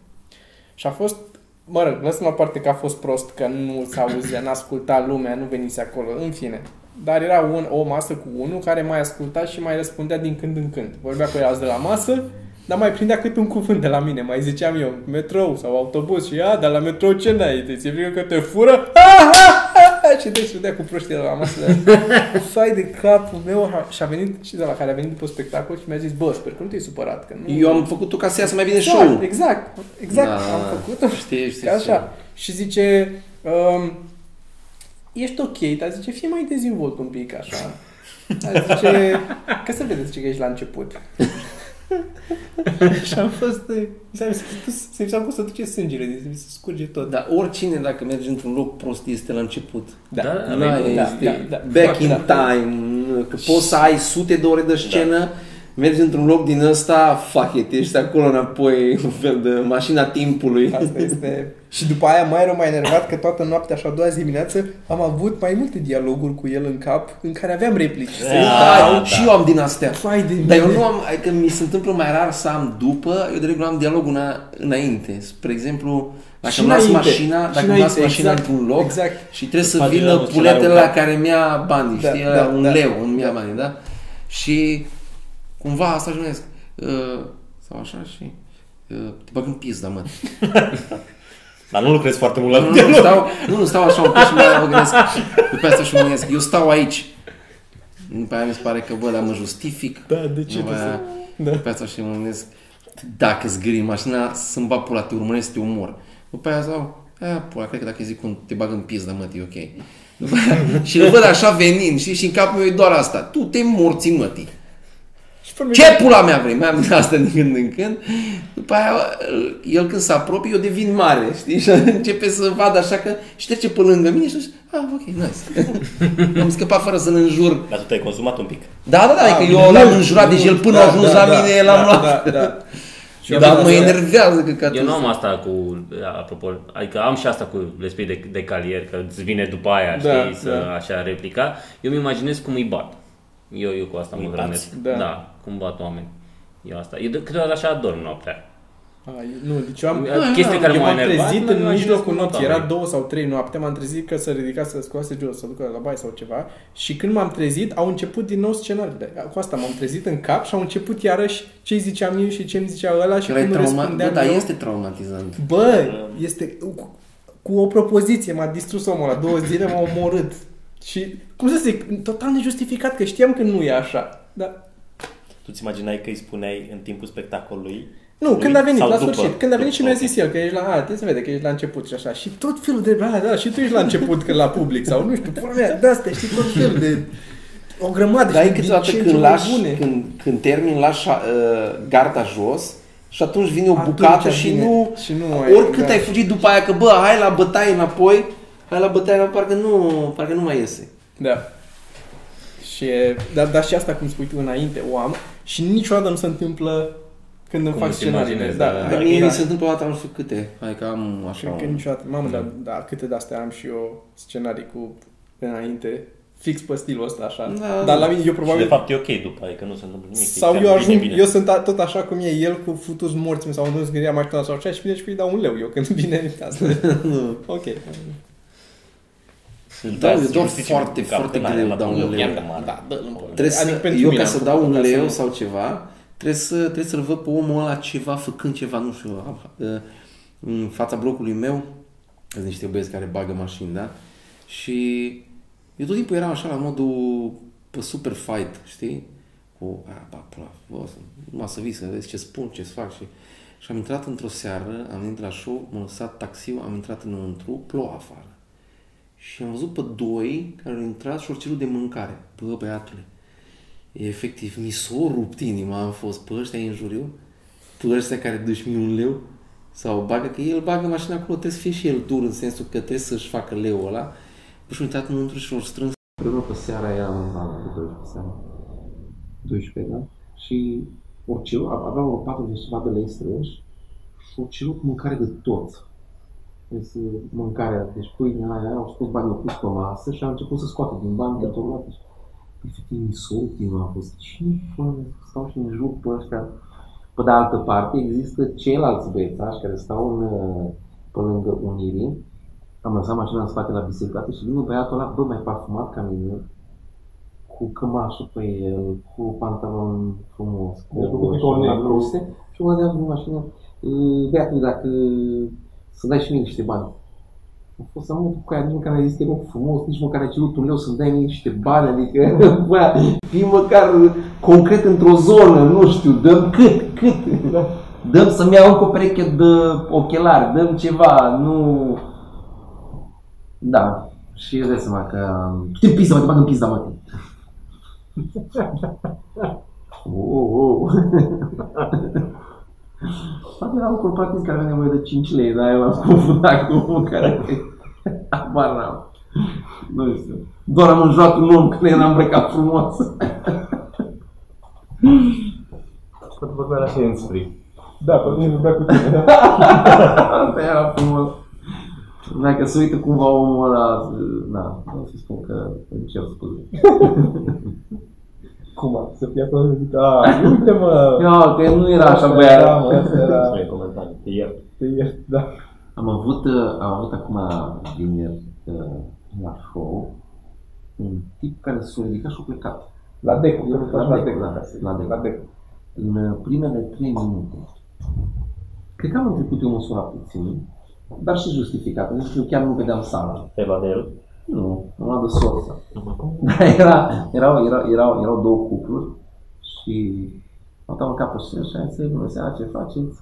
Speaker 4: Și a fost Mă rog, lăsăm la parte că a fost prost, că nu s-a auzit, n-a ascultat lumea, nu venise acolo, în fine. Dar era un, o masă cu unul care mai asculta și mai răspundea din când în când. Vorbea cu el de la masă, dar mai prindea cât un cuvânt de la mine. Mai ziceam eu, metrou sau autobuz și a, dar la metrou ce n-ai? Deci e frică că te fură? [laughs] Ha, ha, ha, ha! și deci râdea cu proștii de la masă. Fai de capul meu ha- și a venit și de la care a venit după spectacol și mi-a zis, bă, sper că nu te-ai supărat. Că nu...
Speaker 5: Eu am făcut-o ca să iasă mai bine
Speaker 4: exact,
Speaker 5: show-ul.
Speaker 4: Exact, exact,
Speaker 5: Da.
Speaker 4: am făcut-o
Speaker 5: Știi, știi,
Speaker 4: Că așa. Și zice, um, ești ok, dar zice, fii mai dezvolt un pic, așa. Dar zice, că se vede, zice că ești la început. și am fost, mi se mi s-a pus să duce sângele, mi se scurge tot.
Speaker 5: Dar oricine, dacă merge într-un loc prost, este la început.
Speaker 4: Da,
Speaker 2: Da,
Speaker 5: Nu ai-
Speaker 2: da,
Speaker 5: este
Speaker 4: da, da.
Speaker 5: back in
Speaker 4: Da.
Speaker 5: time, că poți să ai sute de ore de scenă, mergi într-un loc din ăsta, fuck it, ești acolo înapoi, un fel de mașina timpului.
Speaker 4: Asta este. Și după aia mai rău mai enervat că toată noaptea și a doua zi dimineață am avut mai multe dialoguri cu el în cap în care aveam replici.
Speaker 5: Da,
Speaker 3: Da,
Speaker 5: și
Speaker 3: da.
Speaker 5: eu am din astea.
Speaker 4: Fai de
Speaker 5: Dar eu
Speaker 4: mine.
Speaker 5: nu am, adică mi se întâmplă mai rar să am după, eu de regulă am dialogul una, înainte. Spre exemplu, dacă
Speaker 4: Și
Speaker 5: îmi las
Speaker 4: înainte.
Speaker 5: mașina,
Speaker 4: Și
Speaker 5: dacă îmi las
Speaker 4: înainte,
Speaker 5: mașina
Speaker 4: exact,
Speaker 5: într-un loc
Speaker 4: exact.
Speaker 5: și trebuie să
Speaker 3: Faci
Speaker 5: vină
Speaker 3: dialogul
Speaker 5: puletele
Speaker 3: cel mai
Speaker 5: la care mi ia banii,
Speaker 4: Da,
Speaker 5: știi,
Speaker 4: da,
Speaker 5: ăla, un
Speaker 4: da.
Speaker 5: leu, îmi ia banii, da? Și cumva asta își numesc. Uh, sau așa și... Uh, te bag în pizda, mă.
Speaker 3: Dar nu lucrez foarte mult
Speaker 5: Nu,
Speaker 3: la
Speaker 5: nu, nu, stau, nu, nu, stau așa un pic și mai mă gândesc. După asta și mă gândesc, eu stau aici. După aia mi se pare că, bă, dar mă justific.
Speaker 4: Da, de ce
Speaker 5: După
Speaker 4: nu
Speaker 5: aia,
Speaker 4: Da.
Speaker 5: după asta și mă gândesc, dacă zgârii mașina, să-mi bag pula, te urmăresc, te omor. După aia sau, aia, pula, cred că dacă zic un, te bag în pizda, mă, e ok. După aia, [laughs] și îl văd așa venind, știi, și în capul meu e doar asta. Tu te morți, mă, tii.
Speaker 4: Și pe mine-
Speaker 5: Ce pula mea vrei? Mai am [laughs] din asta din când în când. După aia, el când se apropie, eu devin mare, știi? Și [laughs] începe să vadă așa că și trece pe lângă mine și zice, ah, ok, nice. [laughs] Am scăpat fără să-l înjur.
Speaker 3: Dar tu te-ai consumat un pic.
Speaker 5: Da, da, da, că eu
Speaker 4: mult,
Speaker 5: l-am înjurat, deci el
Speaker 4: mult,
Speaker 5: până a
Speaker 4: Ah, da,
Speaker 5: ajuns
Speaker 4: da,
Speaker 5: la
Speaker 4: da,
Speaker 5: mine,
Speaker 4: da,
Speaker 5: l-am luat.
Speaker 4: Da,
Speaker 5: [laughs]
Speaker 4: da.
Speaker 2: eu
Speaker 5: Dar
Speaker 2: am
Speaker 5: mă
Speaker 2: zis-
Speaker 5: enervează că că
Speaker 2: Eu nu am asta cu, apropo, adică am și asta cu lespii de, de calier, că îți vine după aia,
Speaker 4: Da,
Speaker 2: da, știi, să
Speaker 4: da.
Speaker 2: așa replica. Eu îmi imaginez cum îi bat. Eu, eu cu asta
Speaker 3: Îi
Speaker 2: mă
Speaker 3: bați?
Speaker 2: hrănesc.
Speaker 4: Da.
Speaker 2: da. cum bat oameni. Eu asta. Eu de- câteodată așa adorm noaptea.
Speaker 4: A, eu- Nu, deci eu am...
Speaker 2: Da, chestia care
Speaker 4: eu
Speaker 2: m-a
Speaker 4: m-am
Speaker 2: enervat,
Speaker 4: trezit
Speaker 2: mă
Speaker 4: în
Speaker 2: imaginez
Speaker 4: mijlocul
Speaker 2: cum
Speaker 4: nopții,
Speaker 2: bat
Speaker 4: era
Speaker 2: oamenii.
Speaker 4: două sau trei noapte, m-am trezit că să ridica să scoase jos, să ducă la baie sau ceva și când m-am trezit au început din nou scenariile. Cu asta m-am trezit în cap și au început iarăși ce îi ziceam eu și ce îmi zicea ăla și
Speaker 5: Că erai
Speaker 4: cum
Speaker 5: trauma... da,
Speaker 4: răspundeam
Speaker 5: Bă, dar
Speaker 4: eu.
Speaker 5: este traumatizant.
Speaker 4: Bă, este... cu o propoziție m-a distrus omul ăla. Două zile m-a omorât. Și, cum să zic, total nejustificat, că știam că nu e așa. Dar,
Speaker 3: Tu ți imaginai că îi spuneai în timpul spectacolului?
Speaker 4: nu,
Speaker 3: lui?
Speaker 4: când a venit,
Speaker 3: Sau
Speaker 4: la
Speaker 3: după?
Speaker 4: sfârșit. Când a venit și mi-a
Speaker 3: Ok.
Speaker 4: zis el că ești la... A, te se vede că ești la început și așa. Și tot felul de... Da, da, și tu ești la început, că la public sau nu știu. Pula mea, de astea, știi, tot felul de... O grămadă.
Speaker 5: Dar e
Speaker 4: știi,
Speaker 5: câteodată
Speaker 4: din ce în
Speaker 5: când
Speaker 4: ce mai
Speaker 5: lași,
Speaker 4: bune.
Speaker 5: când, când termin, lași uh, garda jos și atunci vine o
Speaker 4: Atunci
Speaker 5: bucată și
Speaker 4: vine-
Speaker 5: nu,
Speaker 4: și nu ai-
Speaker 5: oricât
Speaker 4: da.
Speaker 5: ai fugit după aia, că bă, hai la bătaie înapoi, hai la bătaie înapoi, parcă nu, parcă nu mai iese.
Speaker 4: Da. Și, e- dar da, și asta, cum spui tu înainte, o am și niciodată nu se întâmplă când îmi
Speaker 2: Cum
Speaker 4: fac
Speaker 2: îți
Speaker 4: scenariile.
Speaker 2: imaginezi,
Speaker 4: Da,
Speaker 2: da,
Speaker 4: da,
Speaker 2: da.
Speaker 4: da,
Speaker 5: Dar mie mi
Speaker 4: da.
Speaker 5: se întâmplă o dată, nu știu câte, hai că am așa
Speaker 4: Cred că
Speaker 5: un-
Speaker 4: niciodată. Mamă, dar da, câte de-astea am și eu scenarii cu înainte, fix pe stilul ăsta, așa.
Speaker 5: Da.
Speaker 4: Dar la mine, eu
Speaker 3: Probabil... Și
Speaker 4: probabil...
Speaker 3: de fapt e ok după, adică nu se întâmplă nimic. e
Speaker 4: sau
Speaker 3: chiar
Speaker 4: eu
Speaker 3: bine,
Speaker 4: ajung,
Speaker 3: bine.
Speaker 4: eu sunt a, tot așa cum e el cu futus morți sau nu-ți gândea mașina sau cea și bine și îi dau un leu eu când vine asta. ok.
Speaker 5: Da,
Speaker 3: Da,
Speaker 5: eu dau
Speaker 3: justific
Speaker 5: foarte,
Speaker 3: în cap,
Speaker 5: foarte
Speaker 3: în alea,
Speaker 5: greu
Speaker 3: la
Speaker 5: dau
Speaker 3: Dumnezeu,
Speaker 5: un leu.
Speaker 3: chiar de mare.
Speaker 4: Da.
Speaker 5: Trebuie să,
Speaker 4: Adică pentru
Speaker 5: eu
Speaker 4: mine
Speaker 5: ca
Speaker 4: am
Speaker 5: să
Speaker 4: făcut
Speaker 5: dau un
Speaker 4: ca să
Speaker 5: leu
Speaker 4: nu-
Speaker 5: sau ceva, trebuie, să, trebuie să-l văd pe omul ăla ceva, făcând ceva, nu știu, a- a- în fața blocului meu, sunt niște băieți care bagă mașini, da? Și eu tot timpul eram așa la modul pe super fight, știi? Cu, a, ba, pula, bă, o să- numai să vii să vezi ce spun, ce fac și... Și am intrat într-o seară, am venit la show, m-am lăsat taxiul, am intrat înăuntru, ploua afară. Și am văzut pe doi care au intrat și au cerut de mâncare. Bă, băiatule, efectiv, mi s-a rupt inima, am fost pe ăștia în juriu, pe ăștia care duci mie un leu, sau bagă, că el bagă mașina acolo, trebuie să fie și el dur, în sensul că trebuie să-și facă leul ăla. Păi și am intrat înăuntru și l-au strâns. Până pe seara era undeva la 12 seara. 12, da? Și o cerut, aveau vreo 40 ceva de lei strânși și o cerut mâncare de toți. Deci mâncarea, deci pâinea aia, au scos banii, au pus pe masă și a început să scoată din bani de tot lată. Efectiv, mi s-a rupt inima, am fost, cine fără stau și îmi juc pe ăștia? Pe de altă parte, există ceilalți băiețași care stau în, uh, pe lângă Unirii. Am lăsat mașina în spate la bicicletă și vine băiatul ăla, bă, mai parfumat ca mine, cu cămașă pe el, cu pantalon frumos, cu
Speaker 1: Deci, cu cuțitul
Speaker 5: așa,
Speaker 1: negru.
Speaker 5: bruste. Și mă dea în mașină, "E, băiatul, dacă să dai și mie niște bani. Am fost să mă duc cu aia, nici măcar n-a zis că e loc frumos, nici măcar ai cerut un leu să-mi dai mie niște bani, adică, [laughs] bă, fii măcar concret într-o zonă, nu știu, dăm cât, cât, dăm să-mi iau încă o pereche de ochelari, dăm ceva, nu... Da, și îți dai seama că... Te pizda, mă, te bag în pizda, mă, te. Oh, oh. [laughs] Poate era un corporativ care avea nevoie de 5 lei, dar eu l-am [laughs] confundat cu unul care... [laughs] Abar n-am. Nu știu. Doar am înjurat un om când eram îmbrăcat frumos.
Speaker 1: Pot vorbea la hands free. Da, pe mine vorbea cu tine, da?
Speaker 5: [laughs] Asta era frumos. Dacă se uită cumva omul ăla, na, o să spun că îmi cer
Speaker 1: [laughs]
Speaker 5: scuze.
Speaker 1: Cum ar să fie acolo să
Speaker 5: [laughs]
Speaker 1: zic, a, uite mă,
Speaker 5: Eu, că nu era așa
Speaker 1: Da,
Speaker 5: băiat.
Speaker 1: mă, asta era, [laughs]
Speaker 6: Spre comentarii, te iert.
Speaker 1: te iert, da.
Speaker 5: Am avut, uh, am avut acum vineri uh, la show un tip care s-a ridicat și a plecat.
Speaker 1: La decu,
Speaker 5: Eu
Speaker 1: că nu
Speaker 5: la
Speaker 1: faci
Speaker 5: Decu,
Speaker 1: la decu,
Speaker 5: da, la Decu.
Speaker 1: La decu.
Speaker 5: În uh, primele 3 minute. Cred că am trecut eu măsura puțin, dar și justificat, pentru că eu chiar nu vedeam sala.
Speaker 6: Te va de el.
Speaker 5: Nu, am luat de sorță. Dar [laughs] era, erau, erau, erau, erau două cupluri și am dat în capul și și am zis, bună seara, ce faceți?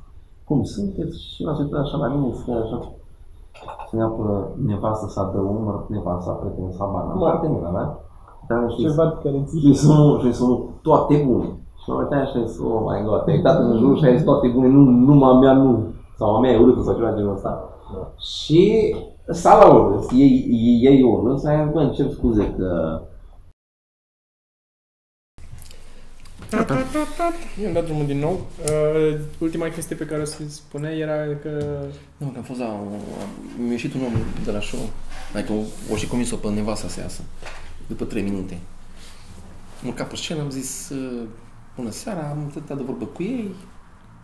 Speaker 5: Cum sunteți? Și la ce așa la mine, să așa. Spunea pe nevastă sa de umăr, nevasta, prietenul sa, bana, partenera mea. da? Dar și
Speaker 1: Ceva de care ți
Speaker 5: și sunt, și sunt toate bune. Și mă uitam și am zis, oh my god, te-ai dat în jur și ai zis toate bune, nu, numai a mea nu. Sau a mea e urâtă sau ceva genul ăsta. Și sala au râs, ei, ei, ei au râs, am zis, bă, îmi cer scuze că...
Speaker 4: Eu am dat drumul din nou. Uh, ultima chestie pe care o să-i spune era că...
Speaker 5: Nu, că am fost la... Mi-a ieșit un om de la show, adică o, o și comis-o pe nevasta să iasă, după 3 minute. Am urcat pe scenă, am zis, "Uh, bună seara, am stat de vorbă cu ei,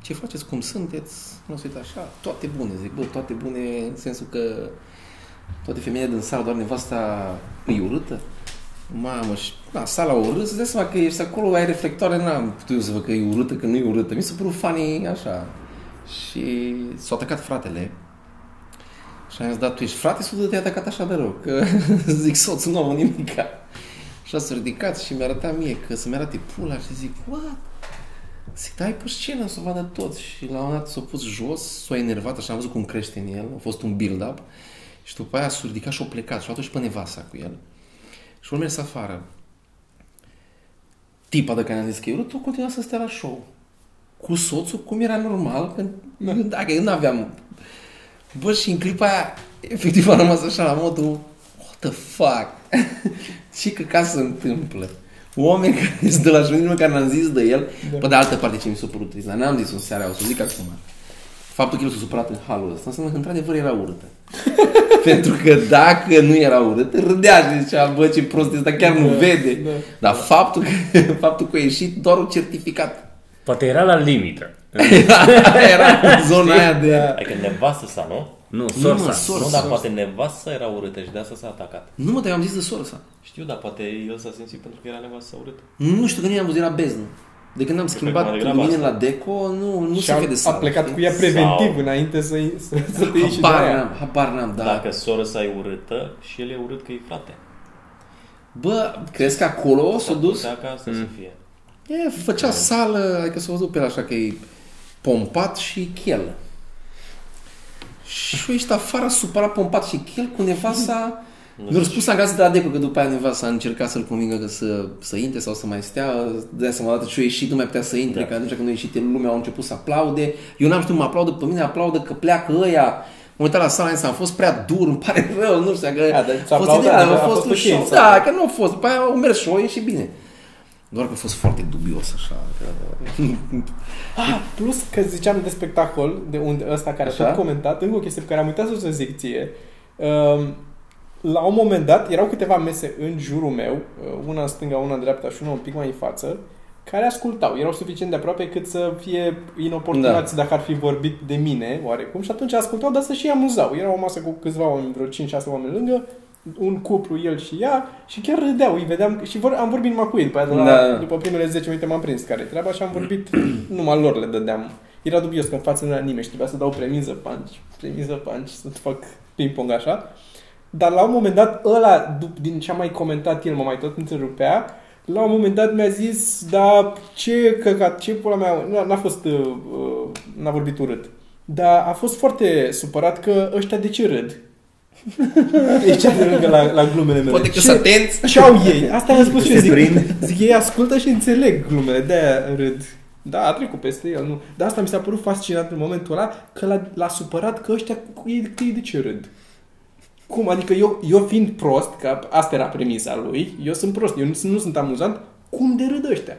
Speaker 5: ce faceți, cum sunteți, nu se uită așa, toate bune, zic, bă, toate bune, în sensul că toate femeile din sală, doar nevasta îi urâtă. Mamă, și da, sala o râs, îți dai seama că ești acolo, ai reflectoare, n-am putut eu să văd că e urâtă, că nu e urâtă. Mi s-a părut funny așa. Și s-a atacat fratele
Speaker 1: Și am zis, dar tu ești frate sau te-ai atacat așa de rău? Că [laughs] zic, soțul nu am nimica. Și s-a ridicat și mi-a arătat mie că să-mi arate pula și zic, what? Zic, dai pe scenă să vadă tot. Și la un moment dat s-a pus jos, s-a enervat, așa am văzut cum crește în el, a fost un build-up. Și după aia s-a ridicat și a plecat și a luat și pe nevasta cu el. Și a mers afară. Tipa de care am zis că eu, tot continua să stea la show. Cu soțul, cum era normal, că dacă eu nu aveam... Bă, și în clipa aia, efectiv am rămas așa la modul, what the fuck? [laughs] Ce căcat se întâmplă? Oameni care [laughs] sunt de la jurnal, nici măcar n-am zis de el. Da. Pe de altă parte, ce mi s-a părut trist, dar n-am zis în seara, o să zic acum. Faptul că el s-a supărat în halul ăsta înseamnă că într-adevăr era urâtă. [laughs] Pentru că dacă nu era urât, râdea și zicea, bă, ce prost este, dar chiar nu vede.
Speaker 4: da.
Speaker 1: Dar faptul că, [laughs] faptul că a ieșit doar un
Speaker 4: [laughs]
Speaker 1: certificat.
Speaker 2: Poate era la limită.
Speaker 1: era în zona aia de...
Speaker 4: Da.
Speaker 1: a-
Speaker 3: Adică nevastă sa, nu?
Speaker 2: Nu,
Speaker 1: Nu, mă,
Speaker 2: sorsa.
Speaker 1: sor-
Speaker 3: nu,
Speaker 1: Sorsa
Speaker 3: dar
Speaker 1: asta.
Speaker 3: poate nevastă era urâtă și de asta s-a atacat.
Speaker 1: Nu mă, dar eu am zis de sora sa.
Speaker 3: Știu, dar poate el s-a simțit pentru că era nevastă urâtă.
Speaker 1: Nu știu că nu i-am văzut, era beznă. De când am
Speaker 3: mai
Speaker 1: schimbat
Speaker 3: degrabă
Speaker 1: luminile
Speaker 3: asta.
Speaker 1: la deco, nu, nu
Speaker 4: Nu și
Speaker 1: se
Speaker 4: a,
Speaker 1: vede
Speaker 4: a
Speaker 1: sala,
Speaker 4: plecat
Speaker 1: știi?
Speaker 4: cu ea preventiv
Speaker 3: Sau-
Speaker 4: înainte să, să, să te ieși de
Speaker 1: Habar
Speaker 4: aia.
Speaker 1: n-am, habar n-am, da.
Speaker 3: Da. Dacă sora sa e urâtă și el e urât că e frate.
Speaker 1: Bă, crezi că acolo s-a dus?
Speaker 3: Dacă asta mm. să fie.
Speaker 1: E, făcea
Speaker 4: Da.
Speaker 1: sală, adică s-a văzut pe el așa că e pompat și chel. Și a ieșit afară, supărat, pompat și chel, cu nevasta... Mi-a spus angajații de la Deco că după aia nevasta a încercat să-l convingă că să, să intre sau să mai stea. De seama dată ce a ieșit, nu mai putea să intre, da. că atunci când a ieșit el, lumea a început să aplaude. Eu n-am știut, mă aplaudă pe mine, aplaudă că pleacă ăia. Mă uitat la sala aia, am fost prea dur, îmi pare rău, nu știu, că
Speaker 4: A, dar s-a
Speaker 1: a fost
Speaker 4: aplaudat,
Speaker 1: ideal,
Speaker 4: dar
Speaker 1: a
Speaker 4: a
Speaker 1: fost
Speaker 4: fost
Speaker 1: un
Speaker 4: ok,
Speaker 1: show.
Speaker 4: s-a
Speaker 1: Da, că nu a fost, după aia au mers și o ieșit bine. Doar că a fost foarte dubios așa. Că...
Speaker 4: Ah, plus că ziceam de spectacol, de unde ăsta care
Speaker 1: Așa.
Speaker 4: a tot comentat, încă o chestie pe care am uitat să o zic ție. Um, la un moment dat erau câteva mese în jurul meu, uh, una în stânga, una în dreapta și una un pic mai în față, care ascultau. Erau suficient de aproape cât să fie inoportunați da. dacă ar fi vorbit de mine, oarecum, și atunci ascultau, dar să și amuzau. Era o masă cu câțiva oameni, vreo 5-6 oameni lângă, un cuplu, el și ea, și chiar râdeau, îi vedeam, și vor, am vorbit numai cu ei, după, aia, de la,
Speaker 1: Da.
Speaker 4: da. după primele 10 minute m-am prins care treaba și am vorbit, [clears throat] numai lor le dădeam. Era dubios că în față nu era nimeni și trebuia să dau premiză punch, premiză punch, să fac ping-pong așa. Dar la un moment dat, ăla, dup- din ce am mai comentat el, mă mai tot întrerupea, la un moment dat mi-a zis, da, ce căcat, ce pula mea, n-a, n-a fost, uh, uh, n-a vorbit urât. Dar a fost foarte supărat că ăștia de ce râd? [laughs] Deci de râd la, la glumele mele.
Speaker 1: Poate că
Speaker 4: Ce-
Speaker 1: sunt atenți.
Speaker 4: ce au ei? Asta am spus și eu
Speaker 1: Se
Speaker 4: zic.
Speaker 1: prind.
Speaker 4: Zic, ei ascultă și înțeleg glumele, de-aia râd. Da, a trecut peste el, nu. Dar asta mi s-a părut fascinant în momentul ăla, că l-a, l-a supărat că ăștia, cu ei, că ei de ce râd? Cum? Adică eu, eu fiind prost, că asta era premisa lui, eu sunt prost, eu nu, sunt- nu sunt amuzant, cum de râd ăștia?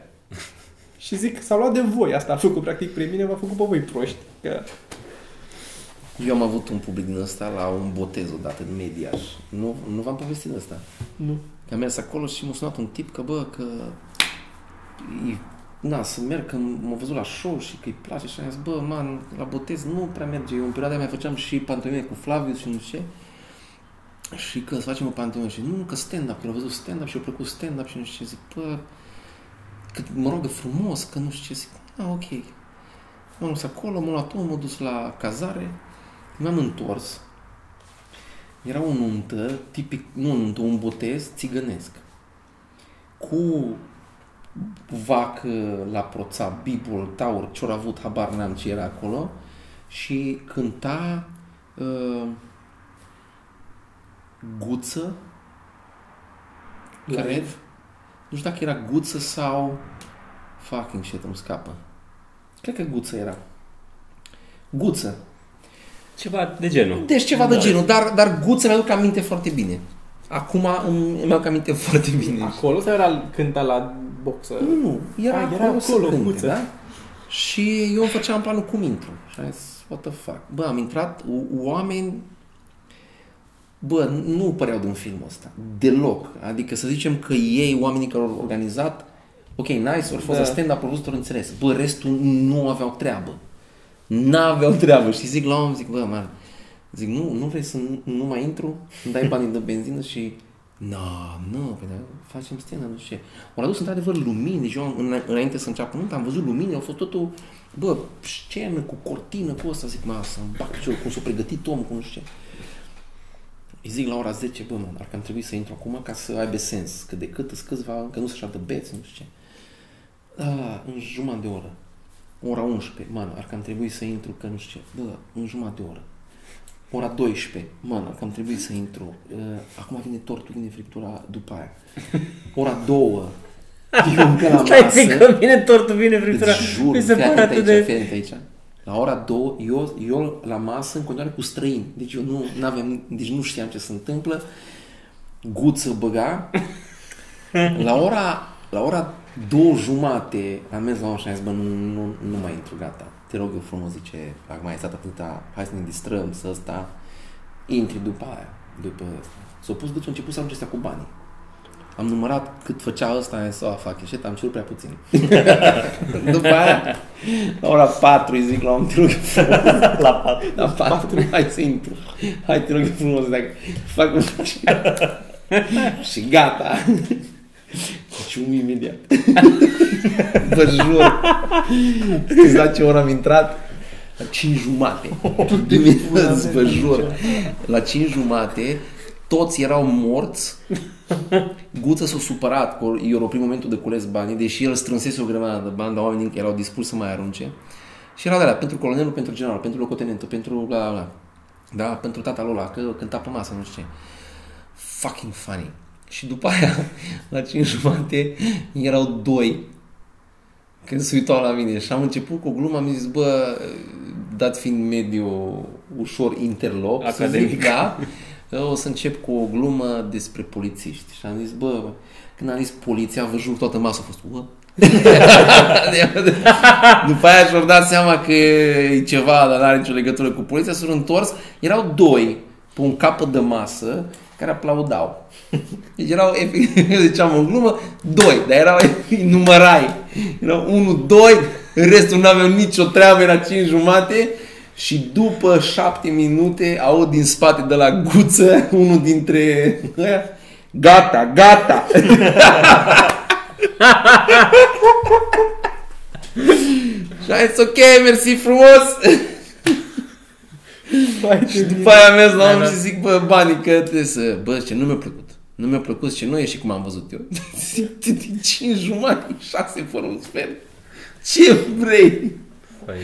Speaker 4: Și zic, s-a luat de voi, asta a făcut practic pe mine, v-a făcut pe voi proști. Că...
Speaker 1: Eu am avut un public din ăsta la un botez odată în Mediaș. Nu, nu v-am povestit asta.
Speaker 4: Nu.
Speaker 1: Am mers acolo și m-a sunat un tip că, bă, că... e- Na, să merg, că m-a văzut la show și că îi place și am zis, bă, man, la botez nu prea merge. Eu în perioada aia mai făceam și pantomime cu Flavius și nu știu ce. Și că să facem o pantomime și nu, că stand-up, că l-a văzut stand-up și a plăcut stand-up și nu știu ce. Zic, bă, că mă rogă frumos, că nu știu ce. Zic, a, ok. M-am dus acolo, m-am luat omul, m-am dus la cazare, m-am întors. Era o nuntă, tipic, nu o nuntă, un botez țigănesc. Cu vacă la proța, bibul, taur, ce avut, habar n-am ce era acolo. Și cânta uh, Guță,
Speaker 4: Live.
Speaker 1: cred. Nu știu dacă era Guță sau fucking shit, îmi scapă. Cred că Guță era. Guță,
Speaker 2: Ceva de genul.
Speaker 1: deci ceva de genul, dar, dar guță mi-aduc aminte foarte bine. Acum îmi îmi aduc aminte [laughs] foarte bine.
Speaker 4: Acolo sau era cânta la boxă?
Speaker 1: Nu, nu, era,
Speaker 4: Ah, era
Speaker 1: acolo, să
Speaker 4: acolo,
Speaker 1: cânte,
Speaker 4: Guță.
Speaker 1: da? Și eu îmi făceam planul cum intru. Și am zis, what the fuck. Bă, am intrat o- oameni... Bă, nu păreau din filmul ăsta. Deloc. Adică să zicem că ei, oamenii care au organizat, ok, nice, ori fost
Speaker 4: Da.
Speaker 1: da. stand-up, ori văzut, ori înțeles. Bă, restul nu aveau treabă. N-aveau treabă. Și zic la om, zic, bă, man, zic, nu, nu vrei să nu- nu mai intru? Îmi dai banii de benzină și... Na, nu, păi, dar facem stand nu știu ce. Au adus într-adevăr lumini, deci eu am- în- înainte să înceapă nunta am văzut lumini, au fost totul, bă, scenă cu cortină, cu asta, zic, mă, să-mi bag și eu cum s-a pregătit omul, cu nu știu ce. Îi zic la ora 10, bă, mă, ar că am trebuit să intru acum ca să aibă sens, cât de cât, îți câțiva, că nu se șadă beți, nu știu ce. Da, în jumătate de oră, ora 11, man, ar că am trebuit să intru, că nu știu ce, bă, în jumătate de oră. Ora 12, man, ar că am trebuit să intru. Uh, acum vine tortul, vine friptura după aia. Ora
Speaker 2: [laughs]
Speaker 1: 2, eu încă la
Speaker 2: Stai
Speaker 1: masă.
Speaker 2: zic că vine tortul, vine friptura.
Speaker 1: Îți jur,
Speaker 2: Mi se
Speaker 1: fii
Speaker 2: pare
Speaker 1: atent
Speaker 2: atât
Speaker 1: aici,
Speaker 2: de...
Speaker 1: fii atent aici. La ora 2, eu, eu la masă în continuare cu străini. Deci eu nu aveam, deci nu știam ce se întâmplă. Guță băga. La ora, la ora două jumate am mers la om și am zis, bă, nu, nu, nu mai intru, gata. Te rog eu frumos, zice, acum ai stat atâta, hai să ne distrăm, să ăsta. Intri după aia, după ăsta. S-a pus, deci a început să am acestea cu banii. Am numărat cât făcea ăsta, am zis, oh, fuck, shit, am cerut prea puțin. După aia, la ora 4 îi zic la om, te rog eu frumos. La 4? La 4, hai să intru. Hai, te rog eu frumos, dacă fac un și, și gata. Deci un imediat. Vă jur. Știți la ce oră am intrat? La 5 jumate. Dimineață, vă jur. La 5 jumate, toți erau morți Guță s-a supărat că i-a oprit momentul de cules banii, deși el strânsese o grămadă de bani, dar oamenii erau dispuși să mai arunce. Și era de la pentru colonelul, pentru general, pentru locotenentul, pentru bla bla bla. Da, pentru tata lui ăla, că cânta pe masă, nu știu ce. Fucking funny. Și după aia, la 5 jumate, erau doi când se uitau la mine și am început cu glumă, am zis, bă, dat fiind mediu ușor interlop, să
Speaker 2: Academic.
Speaker 1: zic, da, o să încep cu o glumă despre polițiști. Și am zis, bă, când am zis poliția, vă jur, toată masa a fost, [laughs] bă, după aia și-au dat seama că e ceva, dar n-are nicio legătură cu poliția, s-au întors, erau doi pe un capăt de masă care aplaudau. [laughs] Deci erau efectiv, [laughs] ziceam în glumă, doi, dar erau [laughs] efectiv, numărai. Erau unu, doi, restul nu aveau nicio treabă, era cinci jumate și după șapte minute aud din spate de la guță [laughs] unul dintre ăia, gata, gata, [laughs] Și am zis, ok, mersi frumos. [laughs] și după aia Păi, am mers la om și zic, bă, banii că trebuie să... Bă, ce nu mi-a plăcut. Nu mi-a plăcut și nu e și cum am văzut eu. [laughs] Zic, de 5 jumate, 6 fără un sfert. Ce vrei?
Speaker 2: Păi,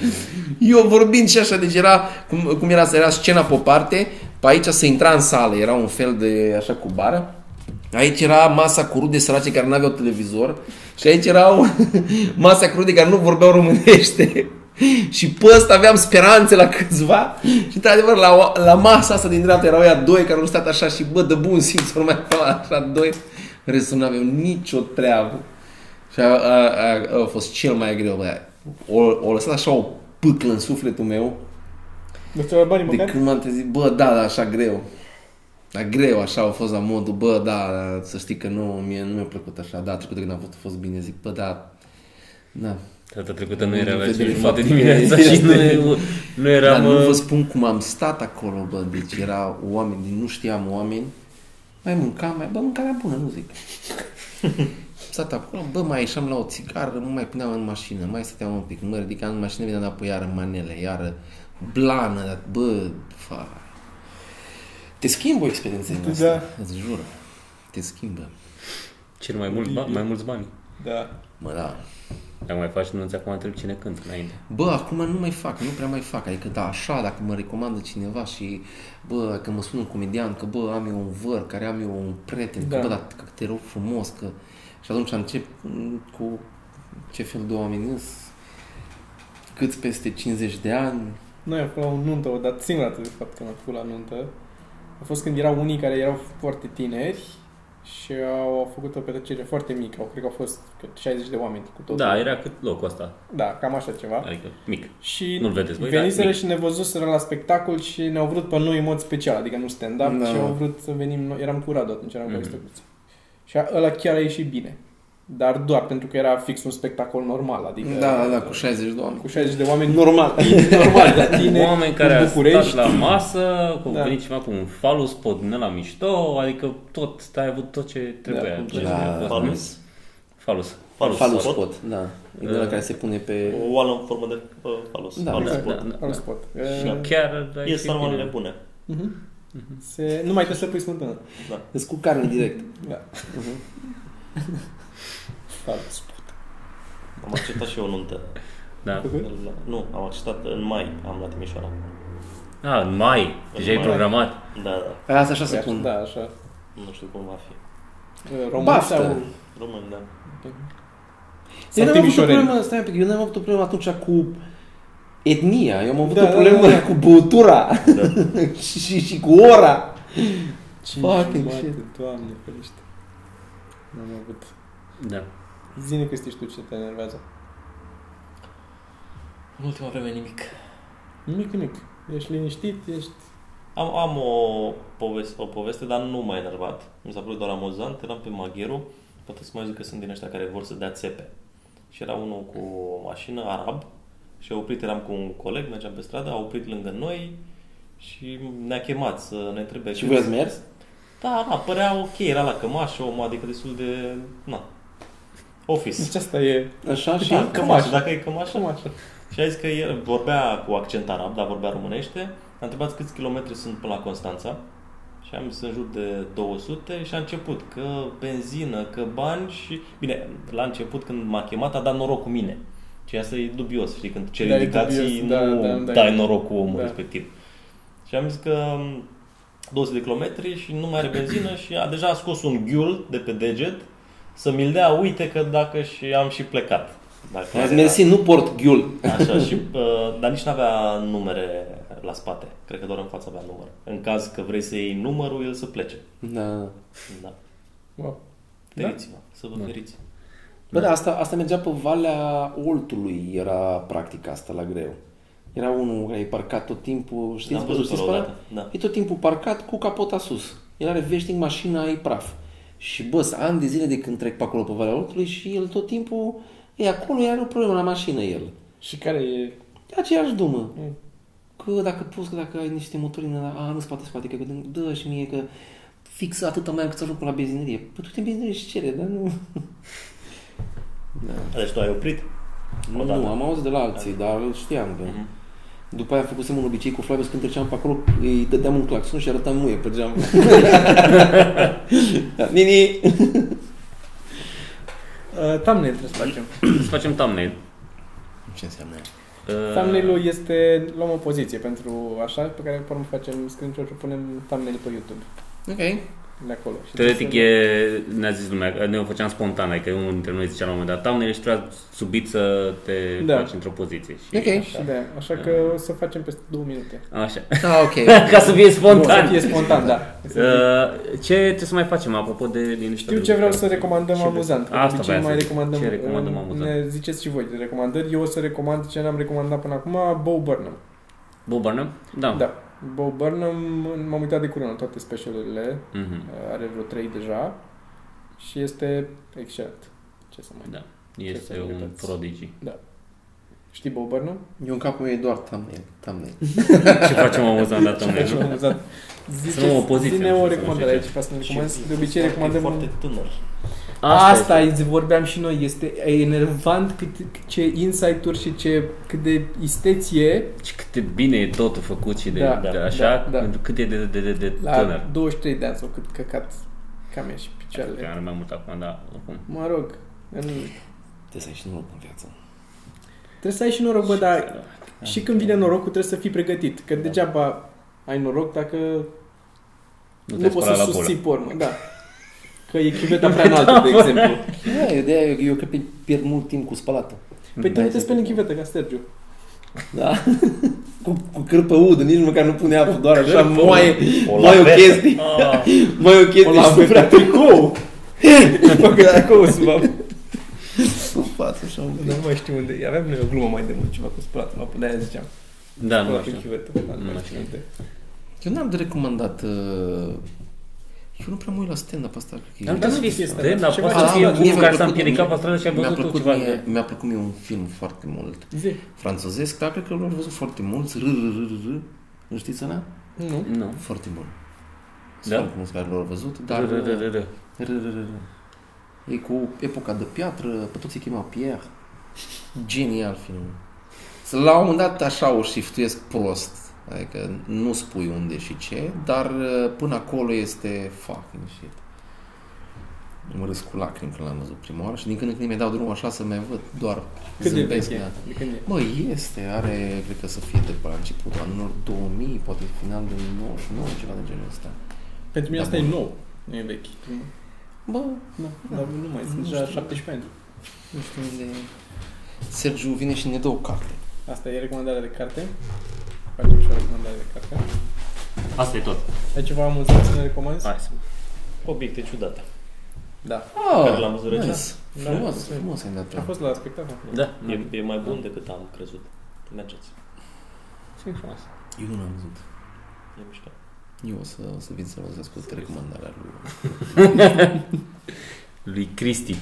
Speaker 1: Eu vorbind și așa, deci era, cum, cum era, era scena pe o parte, pe aici se intra în sală, era un fel de, așa, cu bară. Aici era masa cu rude sărace care nu aveau televizor și aici erau [laughs] masa cu rude care nu vorbeau românește. [laughs] Și pe ăsta aveam speranțe la câțiva și într-adevăr la, la masa asta din dreapta erau ea doi care au stat așa și bă, de bun simț, [laughs] ori mai erau așa doi. În rest nu aveau nicio treabă. Și a, a, a, a fost cel mai greu, bă. O, o lăsat așa o pâclă în sufletul meu
Speaker 4: Nu ți-au luat banii
Speaker 1: de
Speaker 4: măcar?
Speaker 1: când m-am trezit, bă, da, da, așa greu. Dar greu, așa au fost la modul, bă, da, da, să știi că nu, mie nu mi-a plăcut așa, da, trecută când am fost, a fost bine, zic, bă, da, da.
Speaker 2: data trecută nu era la
Speaker 1: Vedere
Speaker 2: 5 jumate
Speaker 1: faptul că-
Speaker 2: dimineața și nu, nu
Speaker 1: Dar
Speaker 2: eram...
Speaker 1: nu vă
Speaker 2: uh,
Speaker 1: spun cum am stat acolo, bă, deci era oameni, din nu știam oameni, mai mâncam, mai, bă, mâncarea bună, nu
Speaker 2: [laughs]
Speaker 1: zic. Am stat acolo, bă, mai ieșeam la o țigară, mă mai puneam în mașină, mai stăteam un pic, mă ridicam în mașină, veneam înapoi iară manele, iară blană, dar, bă, fa. Te schimbă o experiență din asta,
Speaker 4: Da.
Speaker 1: îți jur, te schimbă.
Speaker 2: Cel mai mulți, ba- mai mulți bani.
Speaker 4: Da.
Speaker 1: Mă, da.
Speaker 2: Dacă mai faci nu acum întreb cine cântă înainte.
Speaker 1: Bă, acum nu mai fac, nu prea mai fac. Adică, da, așa, dacă mă recomandă cineva și, bă, că mă spun un comedian, că, bă, am eu un văr, care am eu un prieten, da.
Speaker 4: Da.
Speaker 1: că, bă, dar că te rog frumos, că... Și atunci încep mm, cu ce fel de oameni îs, câți peste 50 de ani,
Speaker 4: Noi am fost la o nuntă, o dată singura dată de fapt când am fost la nuntă. A fost când erau unii care erau foarte tineri și au, au făcut o petrecere foarte mică. Au, cred că au fost cât, 60 de oameni cu totul.
Speaker 2: Da, era cât locul ăsta.
Speaker 4: Da, cam așa ceva.
Speaker 2: Adică mic.
Speaker 4: Și
Speaker 2: Nu-l vedeți voi,
Speaker 4: veniseră
Speaker 2: dar-
Speaker 4: și ne văzuseră la spectacol și ne-au vrut pe noi în mod special, adică nu stand-up,
Speaker 1: Da.
Speaker 4: da. ci au vrut să venim, noi- eram cu Radu atunci, eram
Speaker 2: Mhm.
Speaker 4: mm-hmm. cu Aristocuț. Și a- ăla chiar a ieșit bine, dar doar pentru că era fix un spectacol normal, adică
Speaker 1: da, da, da, cu 60 de oameni.
Speaker 4: cu 60 de oameni normal, [laughs] normal, dar tine,
Speaker 2: Oameni care
Speaker 4: în
Speaker 2: a
Speaker 4: București,
Speaker 2: stat la masă, cu da.
Speaker 4: Da.
Speaker 2: venit ceva cu un falus pod din la mișto, adică tot, ai avut tot ce trebuia.
Speaker 4: Da,
Speaker 2: ce
Speaker 1: da.
Speaker 2: trebuia.
Speaker 3: Palus.
Speaker 2: Falus.
Speaker 3: Falus.
Speaker 1: Falus
Speaker 3: spot.
Speaker 1: pot, da. E de la care se pune pe...
Speaker 3: O oală în formă de uh, falus.
Speaker 1: Da,
Speaker 3: falus
Speaker 1: da,
Speaker 3: spot.
Speaker 2: da, da.
Speaker 4: la spot. Ehm,
Speaker 2: Și chiar ai
Speaker 3: E
Speaker 2: fi bine.
Speaker 3: sarmalele bune.
Speaker 4: Mhm. Se... Nu mai trebuie să pui smântână.
Speaker 1: Îți cu carne direct.
Speaker 4: Da. [laughs]
Speaker 3: Am acceptat și eu o nuntă.
Speaker 2: Da.
Speaker 3: Nu, am acceptat în mai, am la Timișoara.
Speaker 2: A, în mai. Deja e
Speaker 3: mai.
Speaker 2: programat.
Speaker 3: Da, da.
Speaker 1: Aia Păi asta așa se pun.
Speaker 4: Da, așa. Ehm,
Speaker 3: Nu știu cum va fi.
Speaker 4: Român
Speaker 1: Baftă.
Speaker 4: sau...
Speaker 3: Român, da.
Speaker 1: Eu n-am avut o
Speaker 4: timișoreni.
Speaker 1: problemă, stai un pic, eu n-am avut o problemă atunci cu etnia, eu am avut
Speaker 4: Da,
Speaker 1: o
Speaker 4: da,
Speaker 1: problemă
Speaker 4: da, da.
Speaker 1: cu băutura [laughs] și, și, și cu ora. Fucking
Speaker 4: Jumate,
Speaker 1: shit.
Speaker 4: Doamne, ferește. N-am avut.
Speaker 2: Da.
Speaker 4: Zine că știi tu ce te enervează.
Speaker 3: În ultima vreme nimic.
Speaker 4: Nimic, nimic. Ești liniștit, ești...
Speaker 3: Am, am o, poveste, o poveste, dar nu m-a enervat. Mi s-a părut doar amuzant. Eram pe Magheru, poate să mai zic că sunt din ăștia care vor să dea țepe. Și era unul cu o mașină, arab, și a oprit, eram cu un coleg, mergeam pe stradă, a oprit lângă noi și ne-a chemat să ne întrebe.
Speaker 1: Și
Speaker 3: cât-
Speaker 1: voi ați mers?
Speaker 3: Da, da, părea ok, era la cămașă, omul, adică destul de... Na, office.
Speaker 4: Deci asta e...
Speaker 1: Așa și
Speaker 3: Da,
Speaker 1: da,
Speaker 3: în
Speaker 4: cămașă.
Speaker 3: cămașă, dacă e cămașă,
Speaker 4: Cum așa?
Speaker 3: Și a zis că el vorbea cu accent arab, dar vorbea românește. A întrebat câți kilometri sunt până la Constanța. Și am zis în jur de 200 și a început că benzină, că bani și... Bine, la început când m-a chemat a dat noroc cu mine. Și asta e dubios, știi, când ceri
Speaker 4: Da, e
Speaker 3: indicații
Speaker 4: dubios, da,
Speaker 3: nu
Speaker 4: da, da,
Speaker 3: dai
Speaker 4: e-
Speaker 3: noroc cu omul
Speaker 4: da.
Speaker 3: respectiv. Și am zis că m, 200 de kilometri și nu mai are benzină și a deja a scos un ghiul de pe deget să mi-l dea, uite că dacă și am și plecat. Dacă
Speaker 1: Ați
Speaker 3: era-
Speaker 1: mersi, nu port ghiul.
Speaker 3: Așa, și, uh, dar nici nu avea numere la spate. Cred că doar în fața avea număr. În caz că vrei să iei numărul, el să plece.
Speaker 1: Da.
Speaker 3: Da.
Speaker 4: Wow.
Speaker 3: Feriți-vă, să
Speaker 4: Da.
Speaker 3: vă feriți.
Speaker 1: Bă, da, asta, asta mergea pe Valea Oltului, era practic asta la greu. Era unul care e parcat tot timpul, știți,
Speaker 3: L-am
Speaker 1: vă
Speaker 3: văzut
Speaker 1: știți
Speaker 3: pe la
Speaker 1: pe
Speaker 3: o
Speaker 1: ăla?
Speaker 3: dată, da.
Speaker 1: E tot timpul parcat cu capota sus. El are veșnic mașina, e praf. Și bă, sunt ani de zile de când trec pe acolo pe Valea Oltului și el tot timpul e acolo, iar are o problemă la mașină el.
Speaker 4: Și care e...
Speaker 1: E aceeași dumă.
Speaker 4: Mm.
Speaker 1: Că dacă poți, că dacă ai niște motorine, dar a, nu spate, spate, că dă și mie că fix atâta mai am cât să ajung până la benzinerie. Păi tu te în benzinerie și cere, dar nu...
Speaker 3: Deci tu ai oprit?
Speaker 1: Nu,
Speaker 3: Odată.
Speaker 1: nu, am auzit de la alții, dar îl știam că... După aia am făcut un obicei cu Flavius când treceam pe acolo, îi dădeam un claxon și arătam muie pe [laughs] geam. da, nini!
Speaker 4: Uh, thumbnail trebuie să facem.
Speaker 2: Să facem thumbnail.
Speaker 3: Ce înseamnă
Speaker 2: Uh,
Speaker 4: Thumbnail-ul este... Luăm o poziție pentru așa, pe care pe urmă facem screenshot și punem thumbnail pe YouTube.
Speaker 1: Ok.
Speaker 4: De acolo. Și
Speaker 2: Teoretic
Speaker 4: trebuie
Speaker 2: e, ne-a zis lumea, noi o făceam spontan, adică unul dintre noi zicea la un moment dat thumbnail și trebuia subit să te
Speaker 4: Da.
Speaker 2: faci într-o poziție. Și
Speaker 1: Ok.
Speaker 4: să- Și da, așa că
Speaker 2: Ah.
Speaker 4: o să facem peste două minute.
Speaker 2: Așa.
Speaker 1: Da, ok.
Speaker 2: [laughs] Ca să fie
Speaker 4: Nu, o să
Speaker 2: spontan.
Speaker 4: fie
Speaker 2: [laughs]
Speaker 4: spontan, da. O să fie-
Speaker 2: Uh, ce trebuie să mai facem apropo de din
Speaker 4: Știu ce vreau să recomandăm
Speaker 3: Și eu
Speaker 4: amuzant. că
Speaker 2: Asta
Speaker 4: de obicei
Speaker 2: voiam să
Speaker 4: mai
Speaker 2: zic.
Speaker 4: recomandăm,
Speaker 2: Ce recomandăm
Speaker 4: uh,
Speaker 2: amuzant?
Speaker 4: Ne ziceți și voi de recomandări. Eu o să recomand ce n-am recomandat până acum, Bo Burnham.
Speaker 2: Bob Burnham? Da.
Speaker 4: Da. Bo Burnham, m-am uitat de curând la toate specialurile,
Speaker 2: Mhm.
Speaker 4: uh, are vreo 3 deja și este excelent. Ce să mai...
Speaker 2: da.
Speaker 4: să
Speaker 2: Este
Speaker 4: ne
Speaker 2: un
Speaker 4: uitați?
Speaker 2: prodigi.
Speaker 4: Știi Bo Burnham?
Speaker 1: Eu în capul meu e doar thumbnail. thumbnail.
Speaker 2: Ce facem
Speaker 4: [laughs]
Speaker 2: amuzant la thumbnail?
Speaker 4: Așa
Speaker 2: nu?
Speaker 4: am amuzat.
Speaker 2: luăm o poziție,
Speaker 4: zine
Speaker 2: nu
Speaker 4: o
Speaker 2: știu,
Speaker 4: recomandare
Speaker 2: să
Speaker 4: aici ca să ne recomandăm. De obicei
Speaker 3: foarte,
Speaker 4: recomandăm...
Speaker 3: foarte tânăr.
Speaker 2: este.
Speaker 4: Asta îți vorbeam și noi, este enervant cât, ce insight-uri și ce, cât de isteție
Speaker 2: Și cât de bine e totul făcut și de,
Speaker 4: Da,
Speaker 2: de
Speaker 3: da,
Speaker 2: așa,
Speaker 4: da, da.
Speaker 2: pentru cât e de, de, de, de
Speaker 4: La
Speaker 2: tânăr.
Speaker 4: 23 de ani sau cât căcat cam e și
Speaker 2: Că
Speaker 4: picioarele.
Speaker 2: are mai mult acum, dar oricum.
Speaker 4: Mă rog, în...
Speaker 1: Te să ai și noroc în viață.
Speaker 4: trebuie să ai și noroc, bă, dar și când vine norocul trebuie să fii pregătit,
Speaker 2: Da.
Speaker 4: că degeaba ai noroc dacă
Speaker 2: Nu
Speaker 4: nu,
Speaker 2: te
Speaker 4: poți
Speaker 2: spăla
Speaker 4: să
Speaker 2: la
Speaker 4: susții pe urmă, da. Că
Speaker 2: [laughs]
Speaker 4: e chiveta prea înaltă, de exemplu.
Speaker 1: Da, eu, de eu, eu cred că pierd mult timp cu spălatul.
Speaker 4: Păi tu
Speaker 1: Da,
Speaker 4: nu te
Speaker 1: este
Speaker 4: speli în
Speaker 1: bine.
Speaker 4: chivetă, ca Sergiu.
Speaker 1: Da? cu, cu cârpă udă, nici măcar nu pune apă, doar așa
Speaker 2: Cârpă
Speaker 1: moaie,
Speaker 3: O
Speaker 1: moaie o
Speaker 3: lavetă.
Speaker 1: chestie,
Speaker 2: Ah,
Speaker 1: moaie o chestie și
Speaker 4: lavetă.
Speaker 1: suflea [laughs] tricou. Făcă tricou să mă... Cu față așa un pic.
Speaker 4: Nu mai știu unde e. Aveam noi o glumă mai de mult ceva cu spălatul, apă, de-aia ziceam.
Speaker 2: da, nu
Speaker 4: Spălat
Speaker 2: știu.
Speaker 4: în chivetă. da,
Speaker 2: Nu
Speaker 4: mai
Speaker 2: mai
Speaker 4: știu unde.
Speaker 1: Eu n-am de recomandat... uh, Eu nu prea mă uit la stand-up asta. cred că e-
Speaker 2: Dar nu trebuie să fii
Speaker 4: chestia
Speaker 2: stand, dar
Speaker 4: asta.
Speaker 2: poate
Speaker 4: Ceva
Speaker 2: să
Speaker 4: ce
Speaker 2: fie
Speaker 4: îți
Speaker 1: mie
Speaker 2: unul
Speaker 1: mi-a
Speaker 2: care s-a
Speaker 1: plăcut
Speaker 2: împiedicat
Speaker 1: mie-
Speaker 2: pe stradă și a
Speaker 1: mi-a
Speaker 2: văzut tu
Speaker 1: plăcut
Speaker 2: ceva.
Speaker 1: mie- Mi-a plăcut mie un film foarte mult.
Speaker 4: Zi.
Speaker 1: Francezesc, dar cred că l-am văzut foarte mult. R, r, r, r. Nu știți ăla?
Speaker 4: Nu.
Speaker 2: Nu.
Speaker 1: Foarte bun.
Speaker 2: Da?
Speaker 1: Sunt mulți care l-au văzut,
Speaker 2: Da,
Speaker 1: dar...
Speaker 2: da, da, da, da.
Speaker 1: Ră, ră, ră, ră. E cu epoca de piatră, pe toți se chema Pierre. Genial filmul. La un moment dat așa o șiftuiesc prost. Adică nu spui unde și ce, dar uh, până acolo este fucking shit. Mă râs cu lacrimi când l-am văzut prima oară și din când în când mi dau drumul așa să mai văd, doar
Speaker 4: Cât de vechi
Speaker 1: zâmbesc.
Speaker 4: e?
Speaker 1: da.
Speaker 4: De când e?
Speaker 1: Bă, este, are, cred că să fie de pe la începutul anilor 2000, poate final de 99, ceva de genul ăsta.
Speaker 4: Pentru mine
Speaker 1: Da,
Speaker 4: asta e
Speaker 1: bun.
Speaker 4: nou, nu e vechi.
Speaker 1: Bă,
Speaker 4: Da, dar nu mai sunt
Speaker 1: Nu
Speaker 4: deja
Speaker 1: știu.
Speaker 4: 17 ani.
Speaker 1: nu știu unde... Sergiu vine și ne dă o carte.
Speaker 4: Asta e recomandarea de carte. Facem și o recomandare de carte.
Speaker 2: Asta e tot.
Speaker 4: Ai ceva amuzant să ne recomanzi?
Speaker 2: Hai să
Speaker 3: Obiecte ciudate.
Speaker 4: Da.
Speaker 1: Ah,
Speaker 3: Care l-am văzut
Speaker 1: nice.
Speaker 3: recent.
Speaker 1: Frumos, frumos ai dat
Speaker 4: A
Speaker 1: treaba.
Speaker 4: fost la spectacol.
Speaker 2: Da.
Speaker 3: E, e mai bun decât am crezut. Mergeți.
Speaker 2: Ce frumos.
Speaker 1: Eu nu l-am văzut.
Speaker 3: E mișto.
Speaker 1: Eu o să, o să vin să vă ascult recomandarea lui.
Speaker 2: lui Cristi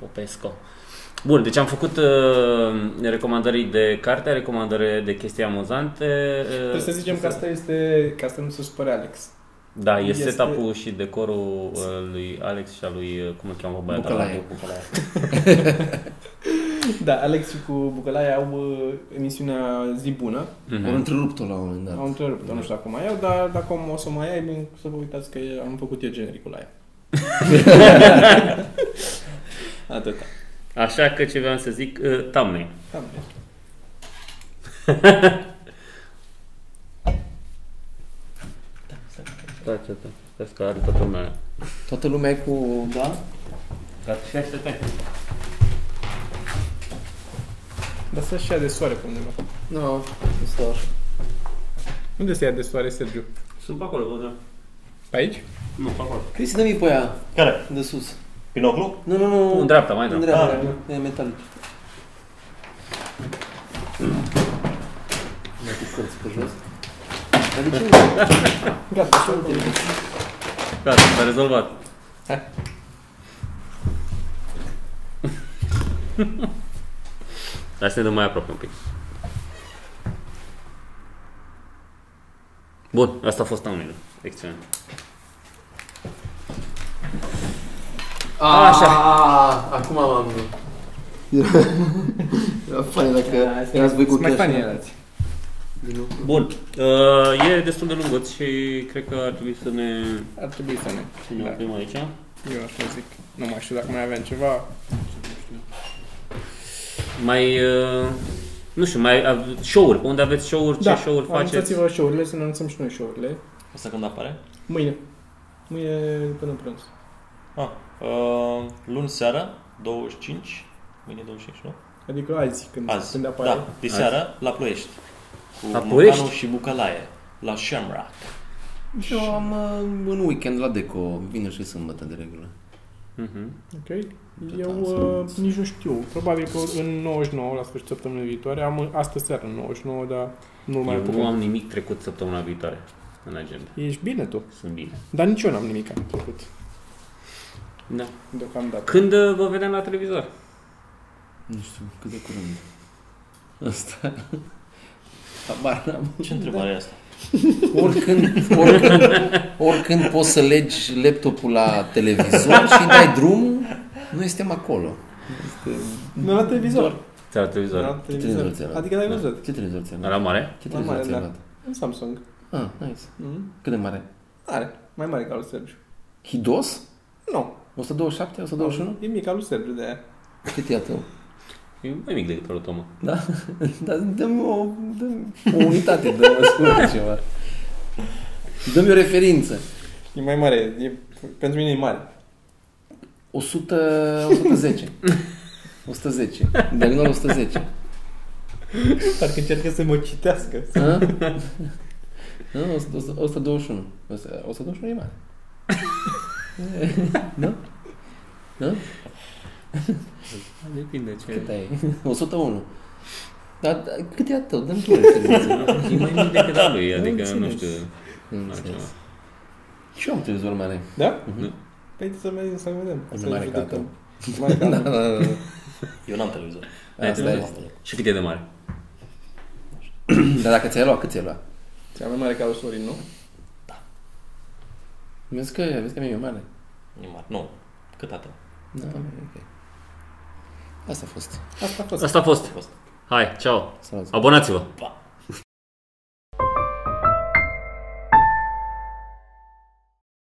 Speaker 2: Popesco. Bun, deci am făcut uh, recomandări de carte, recomandări de chestii amuzante. Uh,
Speaker 4: Trebuie să zicem că asta este, ca să nu se supere Alex.
Speaker 2: Da, e
Speaker 4: este-
Speaker 2: este... setup-ul și decorul uh, lui Alex și al lui, uh, cum îl cheamă băiatul ăla?
Speaker 1: Bucălaie.
Speaker 2: Bucălaie.
Speaker 4: Da, Alex și cu Bucălaia au uh, emisiunea Zi Bună.
Speaker 1: Am
Speaker 2: Mhm.
Speaker 1: întrerupt-o la un moment dat.
Speaker 4: Au întrerupt, nu știu dacă mai iau, dar dacă o să o mai ai, bine, să vă uitați că am făcut eu genericul la ea. Atâta.
Speaker 2: Așa că ce vreau să zic, uh, thumbnail.
Speaker 4: Cam
Speaker 2: Da, ce Stai că are toată lumea.
Speaker 1: Toată lumea e cu... Da?
Speaker 2: Gata, și așteptăm.
Speaker 4: Dar să-și ia de soare pe undeva.
Speaker 1: Nu, no, stau așa.
Speaker 4: Unde se ia de soare, Sergiu?
Speaker 2: Sunt pe acolo, văd. da.
Speaker 4: Pe aici?
Speaker 2: Nu, pe acolo.
Speaker 1: Cristi, dă-mi pe aia,
Speaker 3: Care?
Speaker 1: de sus.
Speaker 3: Pinoclu?
Speaker 1: Nu, nu, nu.
Speaker 2: În dreapta, mai
Speaker 1: În
Speaker 2: dreapta.
Speaker 1: dreapta,
Speaker 3: Ah.
Speaker 1: da. e metalic. Mai cu cărți pe jos. Dar de ce nu?
Speaker 4: Gata,
Speaker 1: Ce nu te uiți?
Speaker 2: Gata, s-a rezolvat. [laughs] Hai să ne dăm mai aproape un pic. Bun, asta a fost thumbnail. Excelent.
Speaker 1: Ah, Așa. Acum am... [laughs] Era funny dacă erați voi cu
Speaker 4: mai
Speaker 1: chești.
Speaker 4: fani erați.
Speaker 2: Bun, uh, e destul de lunguț și cred că ar trebui să ne,
Speaker 4: Ar trebui să ne.
Speaker 2: să ne
Speaker 4: Da.
Speaker 2: oprim aici.
Speaker 4: Eu așa zic. Nu mai știu dacă mai avem ceva.
Speaker 2: Mai, uh, nu știu, mai av- show-uri. Unde aveți show-uri? Ce show-uri faceți?
Speaker 4: Da, Anunțați-vă show-urile, să ne anunțăm și noi show-urile.
Speaker 3: Asta când apare?
Speaker 4: Mâine. Mâine până în prânz.
Speaker 3: Ah, uh, luni seara, 25, mâine 25, nu?
Speaker 4: Adică azi, când,
Speaker 3: Azi.
Speaker 4: când apare.
Speaker 3: Da, de seară, la Ploiești. Cu
Speaker 2: La
Speaker 3: Mocanu
Speaker 2: Ploiești?
Speaker 3: și Bucalaie, la Shamrock.
Speaker 1: Eu am uh, un weekend la Deco, vineri și sâmbătă de regulă.
Speaker 2: Mhm.
Speaker 4: Ok.
Speaker 1: Da,
Speaker 4: Eu
Speaker 1: da,
Speaker 4: uh,
Speaker 1: sunt-
Speaker 4: nici nu știu. Probabil că în 99, la sfârșitul săptămânii viitoare, am astă seară în 99, dar nu mai
Speaker 2: Eu nu
Speaker 4: apuc.
Speaker 2: am nimic trecut săptămâna viitoare în agenda.
Speaker 4: Ești bine tu.
Speaker 2: Sunt bine.
Speaker 4: Dar nici eu n-am nimic am trecut.
Speaker 2: Da.
Speaker 4: Deocamdată.
Speaker 2: Când uh, vă vedem la televizor?
Speaker 1: Nu știu, cât de curând. Asta... Habar n-am.
Speaker 3: Ce întrebare e asta?
Speaker 1: Oricând, oricând, oricând poți să legi laptopul la televizor și dai drumul, noi suntem acolo.
Speaker 4: Nu la televizor.
Speaker 2: Ți Da, la televizor.
Speaker 4: Nu la
Speaker 1: Ce televizor ți-ai
Speaker 4: televizor.
Speaker 1: luat?
Speaker 4: Adică l-ai
Speaker 1: Da.
Speaker 4: văzut.
Speaker 1: Ce televizor ți-ai
Speaker 2: Dar La
Speaker 1: luat?
Speaker 2: mare?
Speaker 4: La
Speaker 1: Ce televizor
Speaker 4: mare,
Speaker 1: ți-ai
Speaker 4: da.
Speaker 1: luat?
Speaker 4: Un Samsung.
Speaker 1: Ah, nice.
Speaker 4: Mm?
Speaker 1: Cât de mare?
Speaker 4: Are. Mai mare ca al lui Sergiu.
Speaker 1: Hidos?
Speaker 4: Nu.
Speaker 1: 127? 121?
Speaker 4: E mic al lui Sergiu de aia.
Speaker 1: Cât e a tău?
Speaker 2: E mai mic decât al lui Toma.
Speaker 1: Da? Dar dă-mi o, dă-mi o unitate, [laughs] dă-mi spune ceva. Dă-mi o referință.
Speaker 4: E mai mare. E, pentru mine e mare.
Speaker 1: 100, 110. 110. Diagonal 110.
Speaker 4: Parcă încearcă să mă citească.
Speaker 1: Hă? Nu, 100 121. 100 121 e mare. Nu? Nu?
Speaker 2: Da, Depinde
Speaker 1: Cât
Speaker 2: ce...
Speaker 1: ai? 101. Dar da, cât e a tău? Dă-mi tu referință.
Speaker 2: E mai mic decât al lui, adică nu
Speaker 1: înțeles.
Speaker 2: știu.
Speaker 1: Nu
Speaker 2: altceva.
Speaker 1: înțeles. Și eu am televizor mare.
Speaker 4: Da?
Speaker 2: Mhm.
Speaker 4: Păi să mergem să vedem.
Speaker 1: E
Speaker 4: Să
Speaker 1: mai mare ca
Speaker 4: judecăm.
Speaker 1: tău.
Speaker 4: Mai
Speaker 1: Da,
Speaker 4: ca
Speaker 1: [laughs] da,
Speaker 4: al meu.
Speaker 1: da.
Speaker 3: Eu n-am televizor.
Speaker 2: Ai
Speaker 1: Asta
Speaker 2: televizor?
Speaker 1: este.
Speaker 2: Și cât e de mare?
Speaker 1: Dar dacă ți-ai luat, cât ți-ai luat? Da.
Speaker 4: Cea mai mare ca al lui Sorin, nu?
Speaker 1: Vezi că, vezi că mie e mare.
Speaker 3: E mare. Nu, cât atât.
Speaker 1: Da, ok. Asta a fost.
Speaker 4: Asta a fost.
Speaker 2: Asta a fost.
Speaker 3: Asta a fost.
Speaker 2: Hai, ciao.
Speaker 1: Salut.
Speaker 2: Abonați-vă.
Speaker 3: Pa!